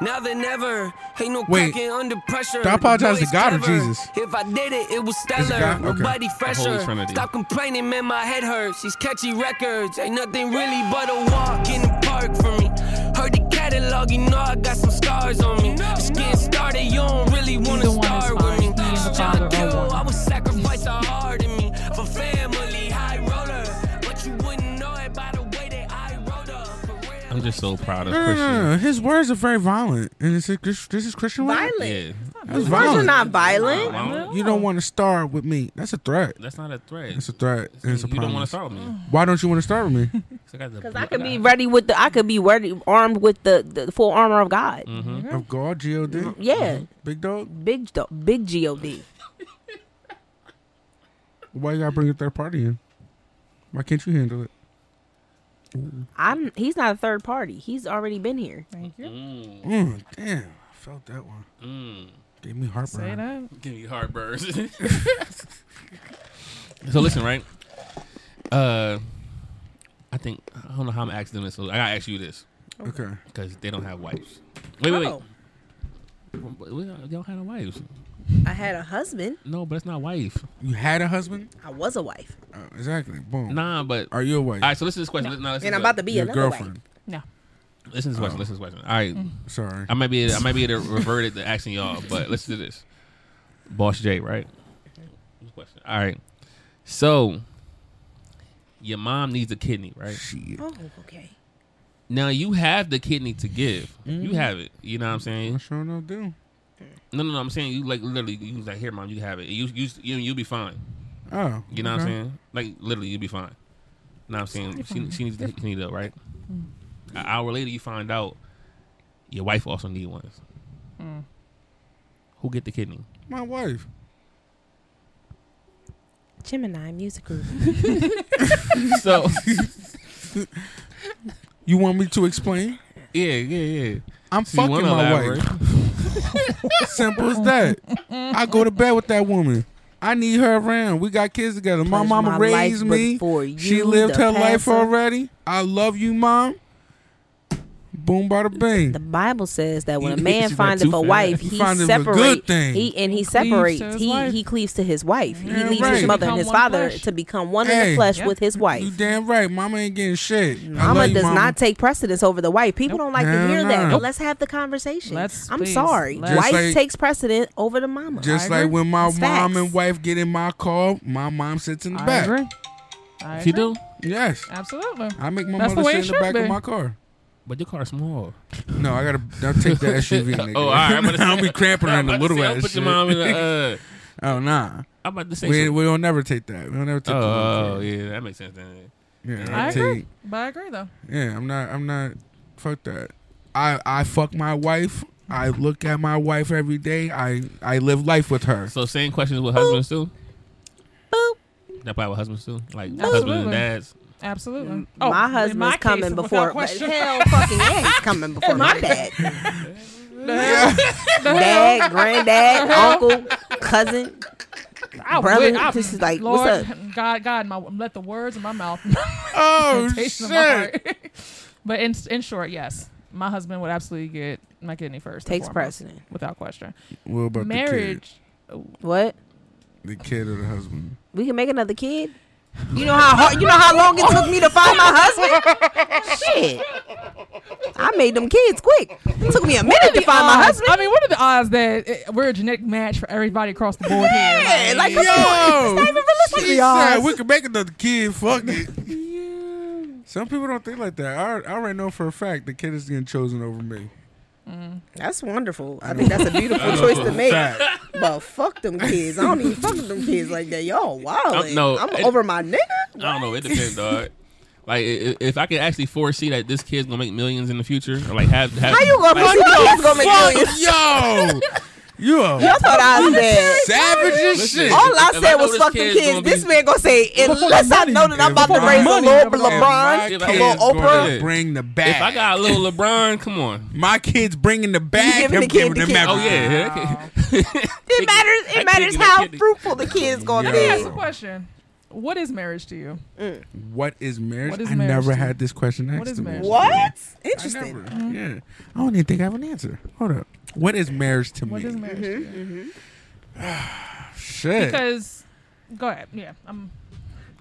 H: Now than ever, ain't no
B: Wait.
H: cracking under pressure.
B: Do I apologize to God or
H: Clever.
B: Jesus?
H: If I did it, it was
B: it
H: stellar.
B: God? Okay.
H: Nobody fresher.
A: Trinity.
H: Stop complaining, man. My head hurts. These catchy records ain't nothing really but a walk in the park for me. Heard the catalog, you know I got some scars on me. Just getting started, you don't really want to start
E: Either one is
H: with
E: fine.
H: me.
E: He and the
H: John
E: father oh, are
H: Q,
E: one.
H: I would sacrifice the heart in me for family, high roller. But you wouldn't know it by the way that I rolled up.
A: I'm just so proud of
B: No, no, no,
A: Christian.
B: no. His words are very violent, and it's a, this, this is Christian rap.
D: Mm-hmm.
A: Yeah.
B: That's
D: Words are
B: violent.
D: not violent.
A: Well,
B: You don't want to start with me. That's a threat.
A: that's not a threat.
B: It's a threat. and it's a
A: you don't want to start
B: promise.
A: with me.
B: Why don't you want to start with me?
A: Because
D: Mm. Cause I could be ready with the, I could be ready armed with the, the full armor of God.
B: of God, God,
D: Yeah,
B: big dog.
D: big do- big God.
B: Why you gotta bring a third party in? Why can't you handle it?
D: I'm he's not a third party. He's already been here.
E: Thank you.
B: Mm, damn, I felt that one.
A: Mm.
B: Gave me
E: Say
B: heartburn.
E: that.
A: Give me heartburns. so listen, right? Uh, I think I don't know how I'm asking this. So I gotta ask you this
B: Okay.
A: because they don't have wives. Wait, wait,
D: Oh,
A: wait. We don't- They don't have no wives.
D: I had a husband.
A: No, but it's not wife.
B: You had a husband?
D: I was a wife,
B: Uh, exactly. Boom.
A: Nah, but all
B: Are you a wife?
A: right. So listen to this question. No. listen
D: and
A: to
D: I'm about
A: this.
D: to be
B: Your
D: another
A: listen
B: girlfriend.
A: to this question. Listen to this question. All
D: Mm-hmm.
A: right.
B: Sorry.
A: I might be I might be able to revert it to asking y'all, but let's do this. Boss J, right? Question. All right. So your mom needs a kidney, right?
B: Shit.
D: wife. Oh, okay.
A: Now you have the kidney to give. You have it. You know what I'm saying?
B: I sure enough do.
A: No, no, no. I'm saying you like literally. You was like, here, mom, you have it. You, you, you, you'll be fine.
B: Oh.
A: You know what I'm
B: okay.
A: saying? Like literally, you'll be fine. Know what I'm saying? She, she needs the kidney though, right? An hour later, you find out your wife also need one. Who get the kidney?
B: My wife.
D: Gemini music group.
A: So
B: You want me to explain?
A: yeah, yeah, yeah.
B: I'm
A: So you
B: fucking
A: wanna
B: my
A: elaborate?
B: wife. Simple as that. I go to bed with that woman. I need her around. We got kids together. My
D: Pledge
B: mama
D: my
B: raised
D: life
B: me.
D: before you,
B: She lived
D: the
B: her life
D: pastor.
B: already. I love you, mom. boom, bada bang.
D: The Bible says that when a
B: You-
D: man
B: she went
D: findeth
B: too
D: a
B: fast.
D: wife,
B: He
D: he
B: findeth a good
D: separates.
B: thing.
D: He and he
B: Cleaves to
D: separates.
B: his
D: He
B: wife.
D: he cleaves to his wife. He
B: Yeah,
D: leaves his
B: right.
D: mother and
B: Become
D: his
B: one
D: father
B: flesh.
D: to become one in
B: Hey.
D: the flesh
B: Yep.
D: with his wife.
B: You damn right. Mama ain't getting shit. I love
D: Mama
B: you,
D: does
B: Mama.
D: not take precedence over the wife. People don't like
B: Hell
D: to hear that.
B: nah.
D: But
B: Nope.
D: let's have the conversation.
E: Let's-
D: I'm
E: please,
D: sorry.
E: let's-
D: Wife
B: Just like-
D: takes precedent over the mama.
B: Just like when my
D: It's
B: mom
D: facts.
B: and wife get in my car, my mom sits in the
E: I
B: back.
E: agree. I
A: She
E: agree.
A: do,
B: Yes.
E: Absolutely.
B: I make my
E: That's the
B: mother
E: way
B: sit
E: it
B: in the
E: should
B: back
E: be.
B: of my car.
A: but your car's small.
B: No, I gotta I'll take the SUV. Nigga.
A: Oh, all right, I'm about to
B: I'll be
A: say-
B: cramping
A: I'm
B: on the
A: about to
B: little
A: say,
B: ass
A: I'll put
B: shit.
A: your mom in the.
B: oh nah,
A: Uh, I'm about to say.
B: we
A: some-
B: we don't never take that. We don't never take. the little
A: oh,
B: car.
A: yeah, that makes sense. Then.
B: yeah.
E: I
B: I
E: agree.
B: take,
E: But I agree though.
B: yeah, I'm not. I'm not. Fuck that. I I fuck my wife. I look at my wife every day. I I live life with her.
A: So same questions with husbands too. That probably with husbands too, like husbands
E: Absolutely.
A: and dads.
E: Absolutely. Oh,
D: my
E: in
D: husband's
E: my case,
D: coming
E: without
D: before. but
E: question.
D: Hell, fucking yeah, he's coming before
E: In my
D: my dad.
E: The hell?
D: Dad, granddad, uncle, cousin.
E: I
D: brother,
E: would- I-
D: this is like,
E: Lord,
D: what's
E: God, God, my, let the words in my mouth.
B: Oh
E: Temptation
B: shit!
E: of my heart. but in in short, yes, my husband would absolutely get my kidney first. and
D: Takes
E: foremost,
D: precedent.
E: without question.
B: What about
E: Marriage.
D: What?
B: the kid? The kid or the husband?
D: We can make another kid. You know how hard, you know how long it took me to find my husband. Shit, I made them kids quick. It took me a minute to
E: The
D: find my
E: odds-
D: husband.
E: I mean, what are the odds that eh, we're a genetic match for everybody across the board
D: Yeah,
E: here?
D: like
B: Yo,
D: come on, it's not even realistic.
B: she
E: y'all.
B: said we can make another kid. Fuck it. Some people don't think like that. I, I already know for a fact the kid is getting chosen over me.
D: That's wonderful. I think that's a beautiful choice to make.
B: Fact.
D: But fuck them kids. I don't even fuck with them kids like that. Y'all wild.
A: Um, no,
D: I'm
A: it-
D: over my nigga.
A: I don't know. It depends, dog. Like i- i- if I could actually foresee that this kid's gonna make millions in the future, or like have, have
D: How you gonna
A: like,
D: pussy kids gonna make millions?
B: Yo, you
D: I
B: a
D: thought I was dead.
B: savage as
A: Listen,
B: shit.
A: Oh,
D: All I
A: If I
D: said
A: know
D: was
A: this
D: fuck them
A: kid's
D: kids.
A: gonna be-
D: This man gonna say, unless I know that I'm about to
B: Before
D: raise a
B: money,
D: little
B: if My
A: If
D: LeBron,
B: kid's
A: I-
D: little Oprah.
B: gonna bring the bag.
A: If I got a little LeBron, come on.
B: my kids bringing the bag,
D: giving
B: him
D: the
B: giving
D: kid the
B: them
D: kid.
A: Oh
B: everything.
A: yeah, yeah, okay.
D: It matters.
A: I
D: It
A: can't
D: matters
A: get a
D: how
A: kid to-
D: fruitful the kid's gonna
E: Let me ask you a
D: be.
B: Yo.
E: question. What is marriage to you?
B: What is marriage?
E: What is
B: I
E: marriage
B: never
E: to you?
B: had this question asked
E: What is
B: to me.
E: marriage to Mm-hmm.
D: What?
B: I never.
D: Interesting.
B: Yeah, I don't even think I have an answer. Hold up. What is marriage to
E: What
B: me?
E: is marriage to you?
D: Mm-hmm,
B: Shit.
E: Because, go ahead. Yeah, I'm.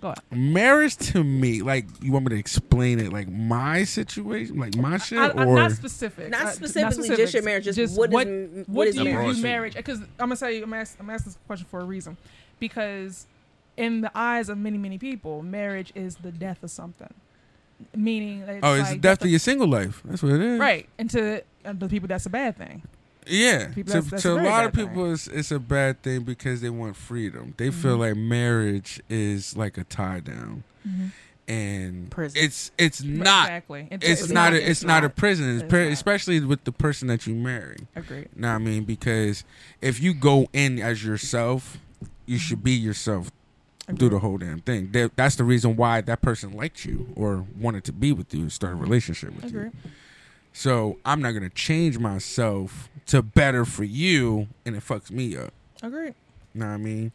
E: Go ahead.
B: marriage to me, like you want me to explain it, like my situation, like my shit,
E: I, I'm
B: or
E: not specific.
D: Not
E: I-
D: specifically
E: specifics.
D: just your marriage, just what is
E: what,
D: m- what
E: what
D: is
E: do you
A: marriage?
E: view marriage? Because I'm gonna tell you, I'm, ask, I'm asking this question for a reason, because in the eyes of many many people, marriage is the death of something. Meaning, it's
B: oh, it's
E: like
B: the death of your single life. That's what it is,
E: right. And to uh, the people, that's a bad thing.
B: Yeah, to,
E: People, that's- that's
B: to
E: a
B: a
E: very
B: lot of
E: bad
B: people, it's, it's a bad thing because they want freedom. They
E: Mm-hmm.
B: feel like marriage is like a tie down, and
D: Prison.
B: it's it's not.
E: exactly. And to-
B: It's, not. a,
D: not-
B: it's,
D: it's
B: not, a
D: not.
B: prison, it's
E: It's
B: per-
E: not.
B: especially with the person that you marry.
E: Agreed.
B: Know what I mean? Because if you go in as yourself, you should be yourself through the whole damn thing. That, that's the reason why that person liked you or wanted to be with you, start a relationship with
E: Agreed.
B: you. So I'm not gonna change myself to better for you, and it fucks me up.
E: Agreed.
B: Know what I mean?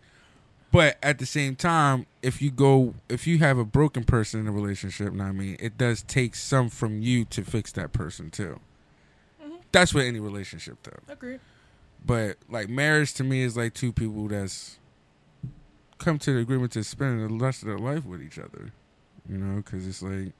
B: But at the same time, if you go, if you have a broken person in a relationship, know what I mean, it does take some from you to fix that person too. That's with any relationship though.
E: Agreed.
B: But like marriage to me is like two people that's come to the agreement to spend the rest of their life with each other. You know, because it's like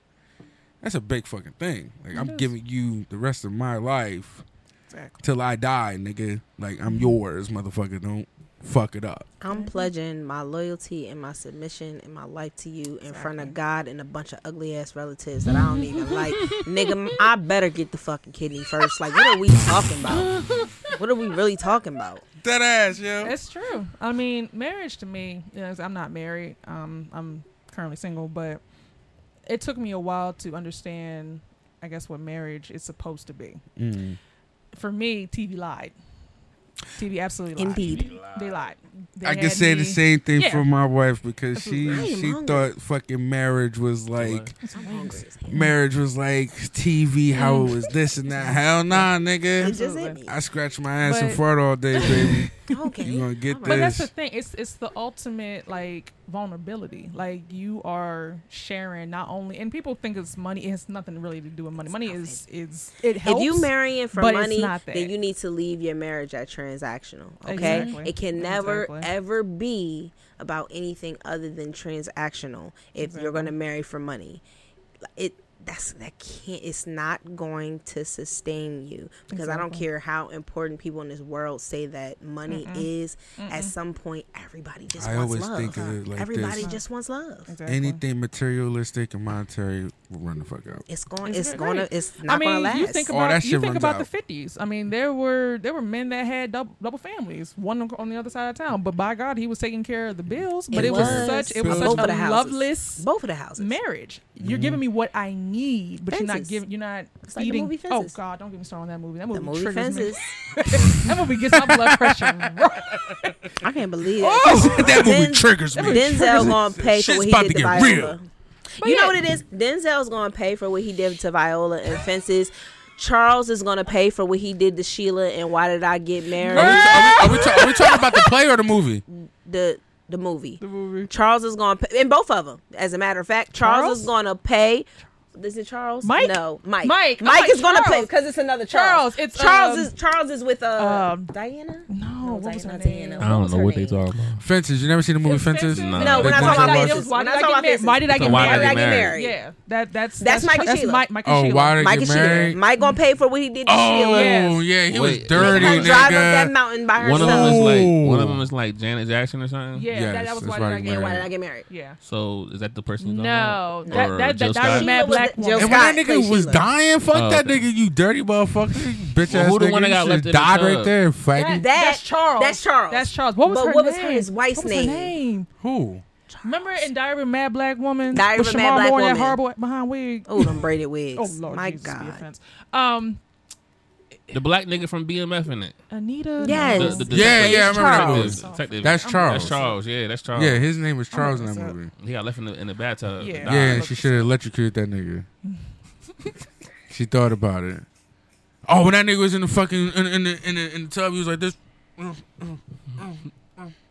B: that's a big fucking thing. Like I'm
E: is.
B: giving you the rest of my life
E: Exactly.
B: till I die, nigga. Like I'm yours, motherfucker. Don't fuck it up.
D: I'm pledging my loyalty and my submission and my life to you in front of God and a bunch of ugly ass relatives that I don't even like. Nigga, I better get the fucking kidney first. Like, what are we talking about? What are we really talking about?
B: That ass, yo.
E: It's true. I mean, marriage to me, you know, 'cause I'm not married. Um, I'm currently single, but it took me a while to understand, I guess, what marriage is supposed to be.
B: Mm.
E: For me, TV lied. TV absolutely lied.
D: Indeed.
E: They lied. They
B: I can
E: had
B: say
E: me-
B: the same thing
E: Yeah.
B: for my wife because she
D: Absolutely. I am
B: she
D: hungry.
B: thought fucking marriage was like
D: I'm hungry as hell.
B: marriage was like TV,
E: Mm.
B: how it was this and that. Hell nah,
D: It
B: nigga.
D: just hit me.
B: I scratch my ass and
E: But-
B: fart all day, baby.
D: Okay.
B: You gonna get
D: All
E: But
D: right.
E: that's the
B: Yes.
E: thing. It's it's the ultimate like vulnerability. Like you are sharing not only, and people think it's money. It has nothing really to do with money. Money is is it helps.
D: if you marrying for
E: but it's
D: money,
E: not that.
D: then you need to leave your marriage at transactional. Okay,
E: Exactly.
D: it can never
E: Exactly.
D: ever be about anything other than transactional. If you're going to marry for money, it that's that can't. It's not going to sustain you because I don't
E: Exactly.
D: care how important people in this world say that money
E: Mm-mm.
D: is. At
E: Mm-mm.
D: some point, everybody just
B: I
D: wants
B: always
D: love.
B: think of it like
D: everybody
B: this.
D: just wants love.
B: Anything materialistic and monetary will run the fuck out.
D: It's going.
E: Isn't
D: It's
E: it
D: going
E: great?
D: to. It's
E: I
D: not
E: mean,
D: going to last.
E: you think
B: Oh,
E: about
B: that
E: you
B: shit
E: think
B: runs
E: about the
B: out.
E: fifties. I mean, there were there were men that had double, double families, one on the other side of town. But by God, he was taking care of the bills. But it, was, such it was
D: Both
E: such
D: of
E: a
D: the houses.
E: loveless
D: Both of the houses.
E: marriage. You're
B: Mm-hmm.
E: giving me what I need, but you're not
D: Fences.
E: giving. You're not
D: It's like the
E: feeding.
D: movie
E: oh
D: Fences.
E: God, don't get me started on that movie. That
D: the
E: movie,
D: movie
E: triggers me.
D: fences.
E: that movie gets my blood pressure. right.
D: I can't believe it.
B: Oh, that movie
D: Den-
B: triggers me.
D: Denzel gonna pay for
B: Shit's
D: what he
B: about
D: did
B: to
D: to
B: get
D: Viola.
B: real.
D: You know what it is? Denzel's gonna pay for what he did to Viola and fences. Charles is gonna pay for what he did to Sheila and why did I get married?
B: Are we, are, we, are, we ta- are we talking about the play or the movie?
D: The the movie.
E: The movie.
D: Charles is gonna pay, and both of them. As a matter of fact, Charles,
E: Charles?
D: is gonna pay. Is it Charles?
E: Mike?
D: No, Mike.
E: Mike. I'm
D: Mike
E: like,
D: is gonna
E: Charles.
D: pay because it's another Charles.
E: Charles, it's,
D: Charles
E: um,
D: is Charles is with uh
E: um,
D: Diana.
E: No, what was her
D: Diana,
E: name?
D: Diana.
A: I don't
D: was
A: know
D: her
A: what they
D: name?
A: talking about.
B: Fences. You never seen the movie Fences?
A: No.
D: No, we're
B: Like Marshall
D: not talking about
B: Mathers.
D: this.
E: Why
D: We're
E: did
D: not
E: I
D: talking
E: get
D: about
E: married?
D: this.
E: Why did I get
A: why
E: married?
A: did I get
D: married?
E: Yeah, that that's
D: That's Mike and
E: that's
D: Sheila.
E: Mike, Mike and
B: Oh,
E: Sheila.
B: why did
D: Mike
B: I
D: and
B: get married?
D: Sheila. Mike gonna pay for what he did to
B: Oh
D: Sheila.
E: Yes.
B: yeah, he was
A: Wait.
B: dirty,
D: Her drive up that
B: nigga.
D: mountain by herself.
A: One of them is like one of
B: No.
A: them is like Janet Jackson or something.
E: Yeah, that, that
B: Yes,
E: was
B: that's
E: why,
B: why
E: did I
B: I
E: get
B: get
D: and why did
E: married?
D: I get married?
E: Yeah.
A: So is that the person? you're
E: No,
A: talking about?
E: that
A: Or
E: that
A: Jill
E: that, that
A: Scott?
E: mad
D: was
E: black
D: the-
E: woman.
D: Jill
B: And when that
D: Scott
B: nigga
D: played
B: was
D: Sheila.
B: dying, fuck
A: Oh,
B: that
A: okay.
B: nigga, you dirty motherfucker, bitch
A: Well,
B: ass
A: who the
B: nigga.
A: one that
B: you
A: got
B: should've
A: left in the
B: died right
A: tub?
B: there, faggot.
D: That- that's
E: Charles.
D: That's Charles.
E: That's Charles. What was
D: But
E: her
D: what
E: name?
D: was her- his wife's
E: What was her
D: name?
E: name?
B: Who?
E: Remember in Diary of a Mad Black Woman?
D: Diary
E: with
D: of a Mad
E: Shamar
D: Black
E: Moore and
D: Woman.
E: That horrible behind wig.
D: Oh, them braided wigs.
E: Oh Lord,
D: my
E: Jesus, be
D: God.
E: offense. Um,
A: The black nigga from BMF in it.
E: Anita.
D: Yes.
E: no.
A: The- the- the
B: Yeah,
A: detective.
B: yeah, I remember that
A: Detective.
B: movie.
A: Detective.
B: That's Charles.
A: That's Charles. Yeah, that's Charles.
B: Yeah, his name was Charles in that
E: mess up.
B: movie.
A: He got left in the in the bathtub.
E: Yeah.
A: Nah.
E: Nah,
B: yeah,
E: I
B: and
E: love
B: she
E: this
B: should have electrocuted that nigga. she thought about it. Oh, when that nigga was in the fucking in, in the in the, in the tub, he was like this.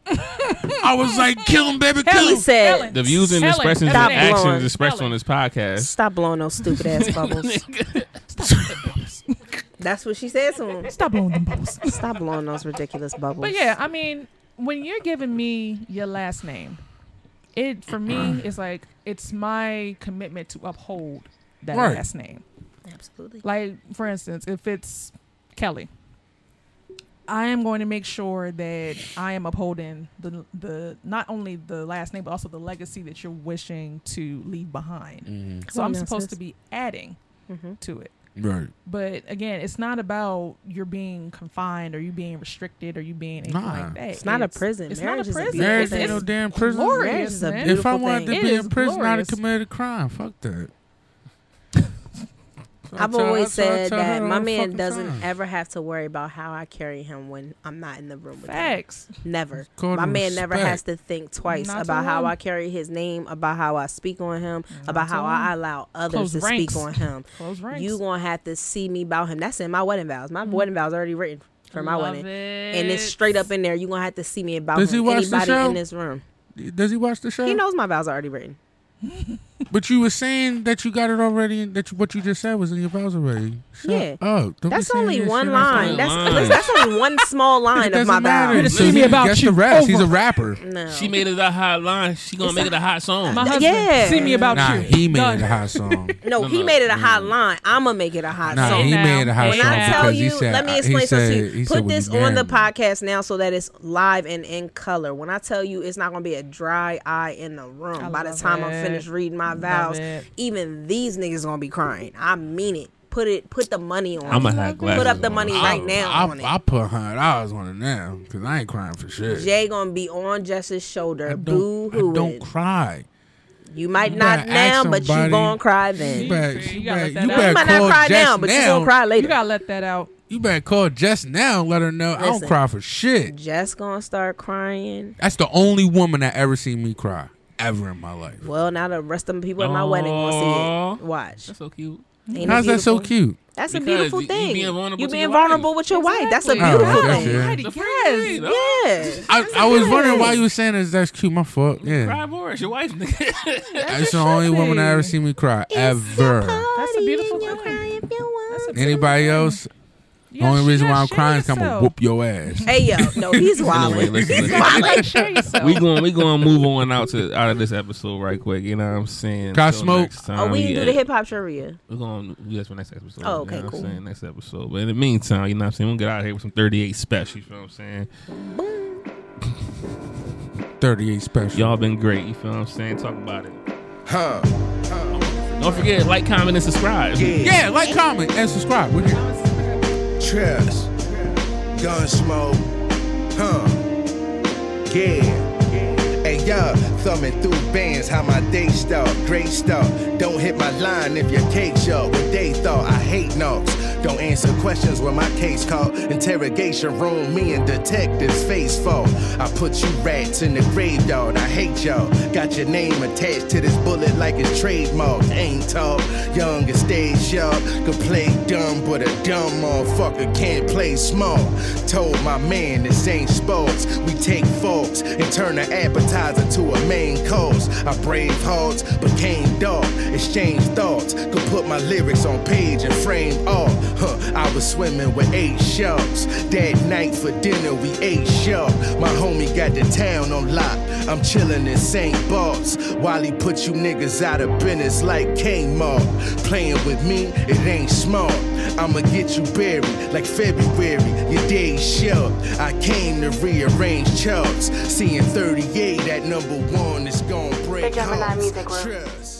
B: I was like, kill him, baby, kill
D: He
B: him.
D: said,
A: The views and
E: Helen,
A: expressions and
E: Helen,
A: actions
D: Helen.
A: expressed on this podcast.
D: "Stop blowing those stupid ass bubbles." That's what she said to him.
E: Stop blowing them bubbles.
D: Stop blowing those ridiculous bubbles.
E: But yeah, I mean, when you're giving me your last name, it for
A: Mm.
E: me is like it's my commitment to uphold that
B: Right.
E: last name.
D: absolutely.
E: Like for instance, if it's Kelly, I am going to make sure that I am upholding the the not only the last name but also the legacy that you're wishing to leave behind. So
D: Come on
E: I'm
D: now,
E: supposed to
D: sis.
E: be adding
D: Mhm.
E: to it.
B: Right.
E: But again, it's not about you're being confined or you being restricted or you being anything
B: Nah.
E: like that.
D: It's not a prison.
E: It's
D: Marriage
E: not
D: is
E: a
D: a
E: prison.
B: Marriage
E: It's,
B: ain't no
E: it's,
B: damn prison.
E: glorious,
D: Marriage is a
E: man.
B: If I
D: beautiful
B: wanted
D: thing.
E: It
B: to be
E: is
B: in prison, I'd have
E: glorious.
B: committed a crime. Fuck that. So I
D: I've
B: tell- I
D: always
B: tell- I
D: said
B: tell her
D: that
B: all
D: my
B: the
D: man
B: fucking
D: doesn't
B: time.
D: ever have to worry about how I carry him when I'm not in the room with him.
E: Facts.
D: Never.
B: called
D: My man never
B: respect.
D: has to think twice
E: Not
D: about
E: to
D: how
E: lie.
D: I carry his name, about how I speak on him, about
E: to
D: how
E: lie.
D: I allow others
E: Close
D: to
E: ranks.
D: speak on him.
E: Close ranks. Mm-hmm.
D: You gonna have to see me about him. That's in my wedding vows. My wedding vows already written for my wedding, and it's straight up in there. You gonna have to see me about
B: Does he
D: him.
B: watch the
D: anybody
B: show?
D: in this room.
B: Does he watch the show?
D: He knows my vows are already written.
B: But you were saying that you got it already, and that you, what you just said was in your vows already. Shut
D: Yeah.
B: up. Don't be
D: That's
B: saying
D: only
B: that shit
D: one
B: out
D: line.
B: loud.
D: That's
A: Line.
D: listen, that's only one small
B: It
D: line of
B: doesn't
D: my
B: matter.
D: vows.
E: So
B: He-
E: me about
B: that's
E: you.
B: the raps. He's a
E: Over.
B: rapper.
D: No.
A: She made it a hot line. She gonna make it a hot song.
E: My husband.
D: Yeah.
E: See me about
B: Nah,
E: you.
B: he made
E: Done.
B: it a hot song.
D: no,
A: No,
D: he
A: no, Mm.
D: made it a hot line. I'ma make it a hot
B: Nah,
D: song.
B: he
E: now,
B: made it a hot
E: when
D: When
B: song.
D: I tell
B: because he
D: you,
B: said,
D: let me
B: he
D: explain something
B: said-
D: to
B: he
D: you.
B: said
D: Put
B: when
D: this
B: you
D: on the
B: married.
D: podcast now so that it's live and in color. When I tell you it's not going to be a dry eye in the room
E: I
D: by the
E: love
D: time
E: it.
D: I'm finished reading my vows,
E: it.
D: even these niggas going to be crying. I mean it. Put it. Put the money on.
A: I'm
D: it.
A: gonna have glasses.
D: Put up the
A: on.
D: money
A: I-
D: right now
B: I,
D: on it.
B: I put hundred dollars on it now because I ain't crying for shit.
D: Jay gonna be on Jess's
B: I
D: shoulder, boo
B: don't, I don't
D: hooing.
B: cry.
D: You might
B: You
D: not
B: gotta
D: now,
B: ask
D: but you
B: somebody.
D: gonna cry
B: You
D: then.
B: better,
E: see,
B: you
E: you gotta
B: better,
E: let that
B: you
E: out.
D: You
B: better
D: might not
B: call
D: cry
B: Jess
D: now, but you
B: now.
D: gonna cry
E: You
D: later.
E: gotta let that out.
B: You better call Jess now. and Let her know I don't
D: Listen.
B: cry for shit.
D: Jess gonna start crying.
B: That's the only woman that ever seen me cry ever in my life.
D: Well, now the rest of the people at my wedding gonna see
A: Aw.
D: it. Watch.
A: That's so cute.
D: Ain't it
B: How's that so
D: beautiful?
B: cute?
D: That's a
A: Because
D: beautiful
A: you
D: thing.
A: being vulnerable to your
D: vulnerable with your wife. That's a beautiful
B: Oh, okay,
D: thing.
B: yeah.
E: Yes,
D: Yes, yes.
B: I, I was wondering
D: good.
B: why you were saying this. That's cute. My fault. Yeah.
A: Cry more. It's your wife. nigga.
B: That's the only woman that ever seen me cry. ever.
E: That's a beautiful
D: You'll
E: thing.
D: cry if you want.
E: That's a
B: Anybody else?
E: You
B: The only
E: gotta-
B: reason
E: you
B: why I'm
E: gotta
B: crying is
E: share
B: I'm going to
E: yourself.
B: whoop your ass.
D: Hey yo, no, he's wild.
A: Anyway, listen, listen.
E: You gotta share yourself.
A: we going we going to move on out to out of this episode right quick. You know what I'm saying?
B: Can I
A: Until
B: smoke?
A: next time,
D: oh, we didn't do the
A: yeah.
D: hip hop trivia.
A: We're going to do that for next episode.
D: Oh, okay,
A: you know
D: cool.
A: What I'm saying? Next episode. But in the meantime, you know what I'm saying? We'll get out of here with some 38 specials. You know what I'm saying?
B: 38 special.
A: Y'all been great. You feel what I'm saying? Talk about it. Don't forget, like, comment, and subscribe.
B: Yeah, like, comment, and subscribe. We're here.
K: Trips. Gun smoke. Huh. Yeah. Hey, yo, thumbing through bands, how my day start, great stuff. Don't hit my line if your cake's up. What they thought, I hate knocks. Don't answer questions when my case called. Interrogation room, me and detectives face fall. I put you rats in the graveyard, I hate y'all. Got your name attached to this bullet like it's trademarked. Ain't tall, young and stay sharp. Could play dumb, but a dumb motherfucker can't play small. Told my man this ain't sports. We take forks and turn an appetizer to a main course. I brave hearts became dark, exchanged thoughts. Could put my lyrics on page and frame all. Huh, I was swimming with eight sharks. That night for dinner we ate shark. My homie got the town on lock. I'm chilling in St. Bart's. Wally put you niggas out of business like Kmart. Playing with me, it ain't smart. I'ma get you buried like February. Your day's short. I came to rearrange charts. Seeing 38 at number one is gonna break
I: Big Gemini
K: hearts.
I: Music Group.
K: Trust.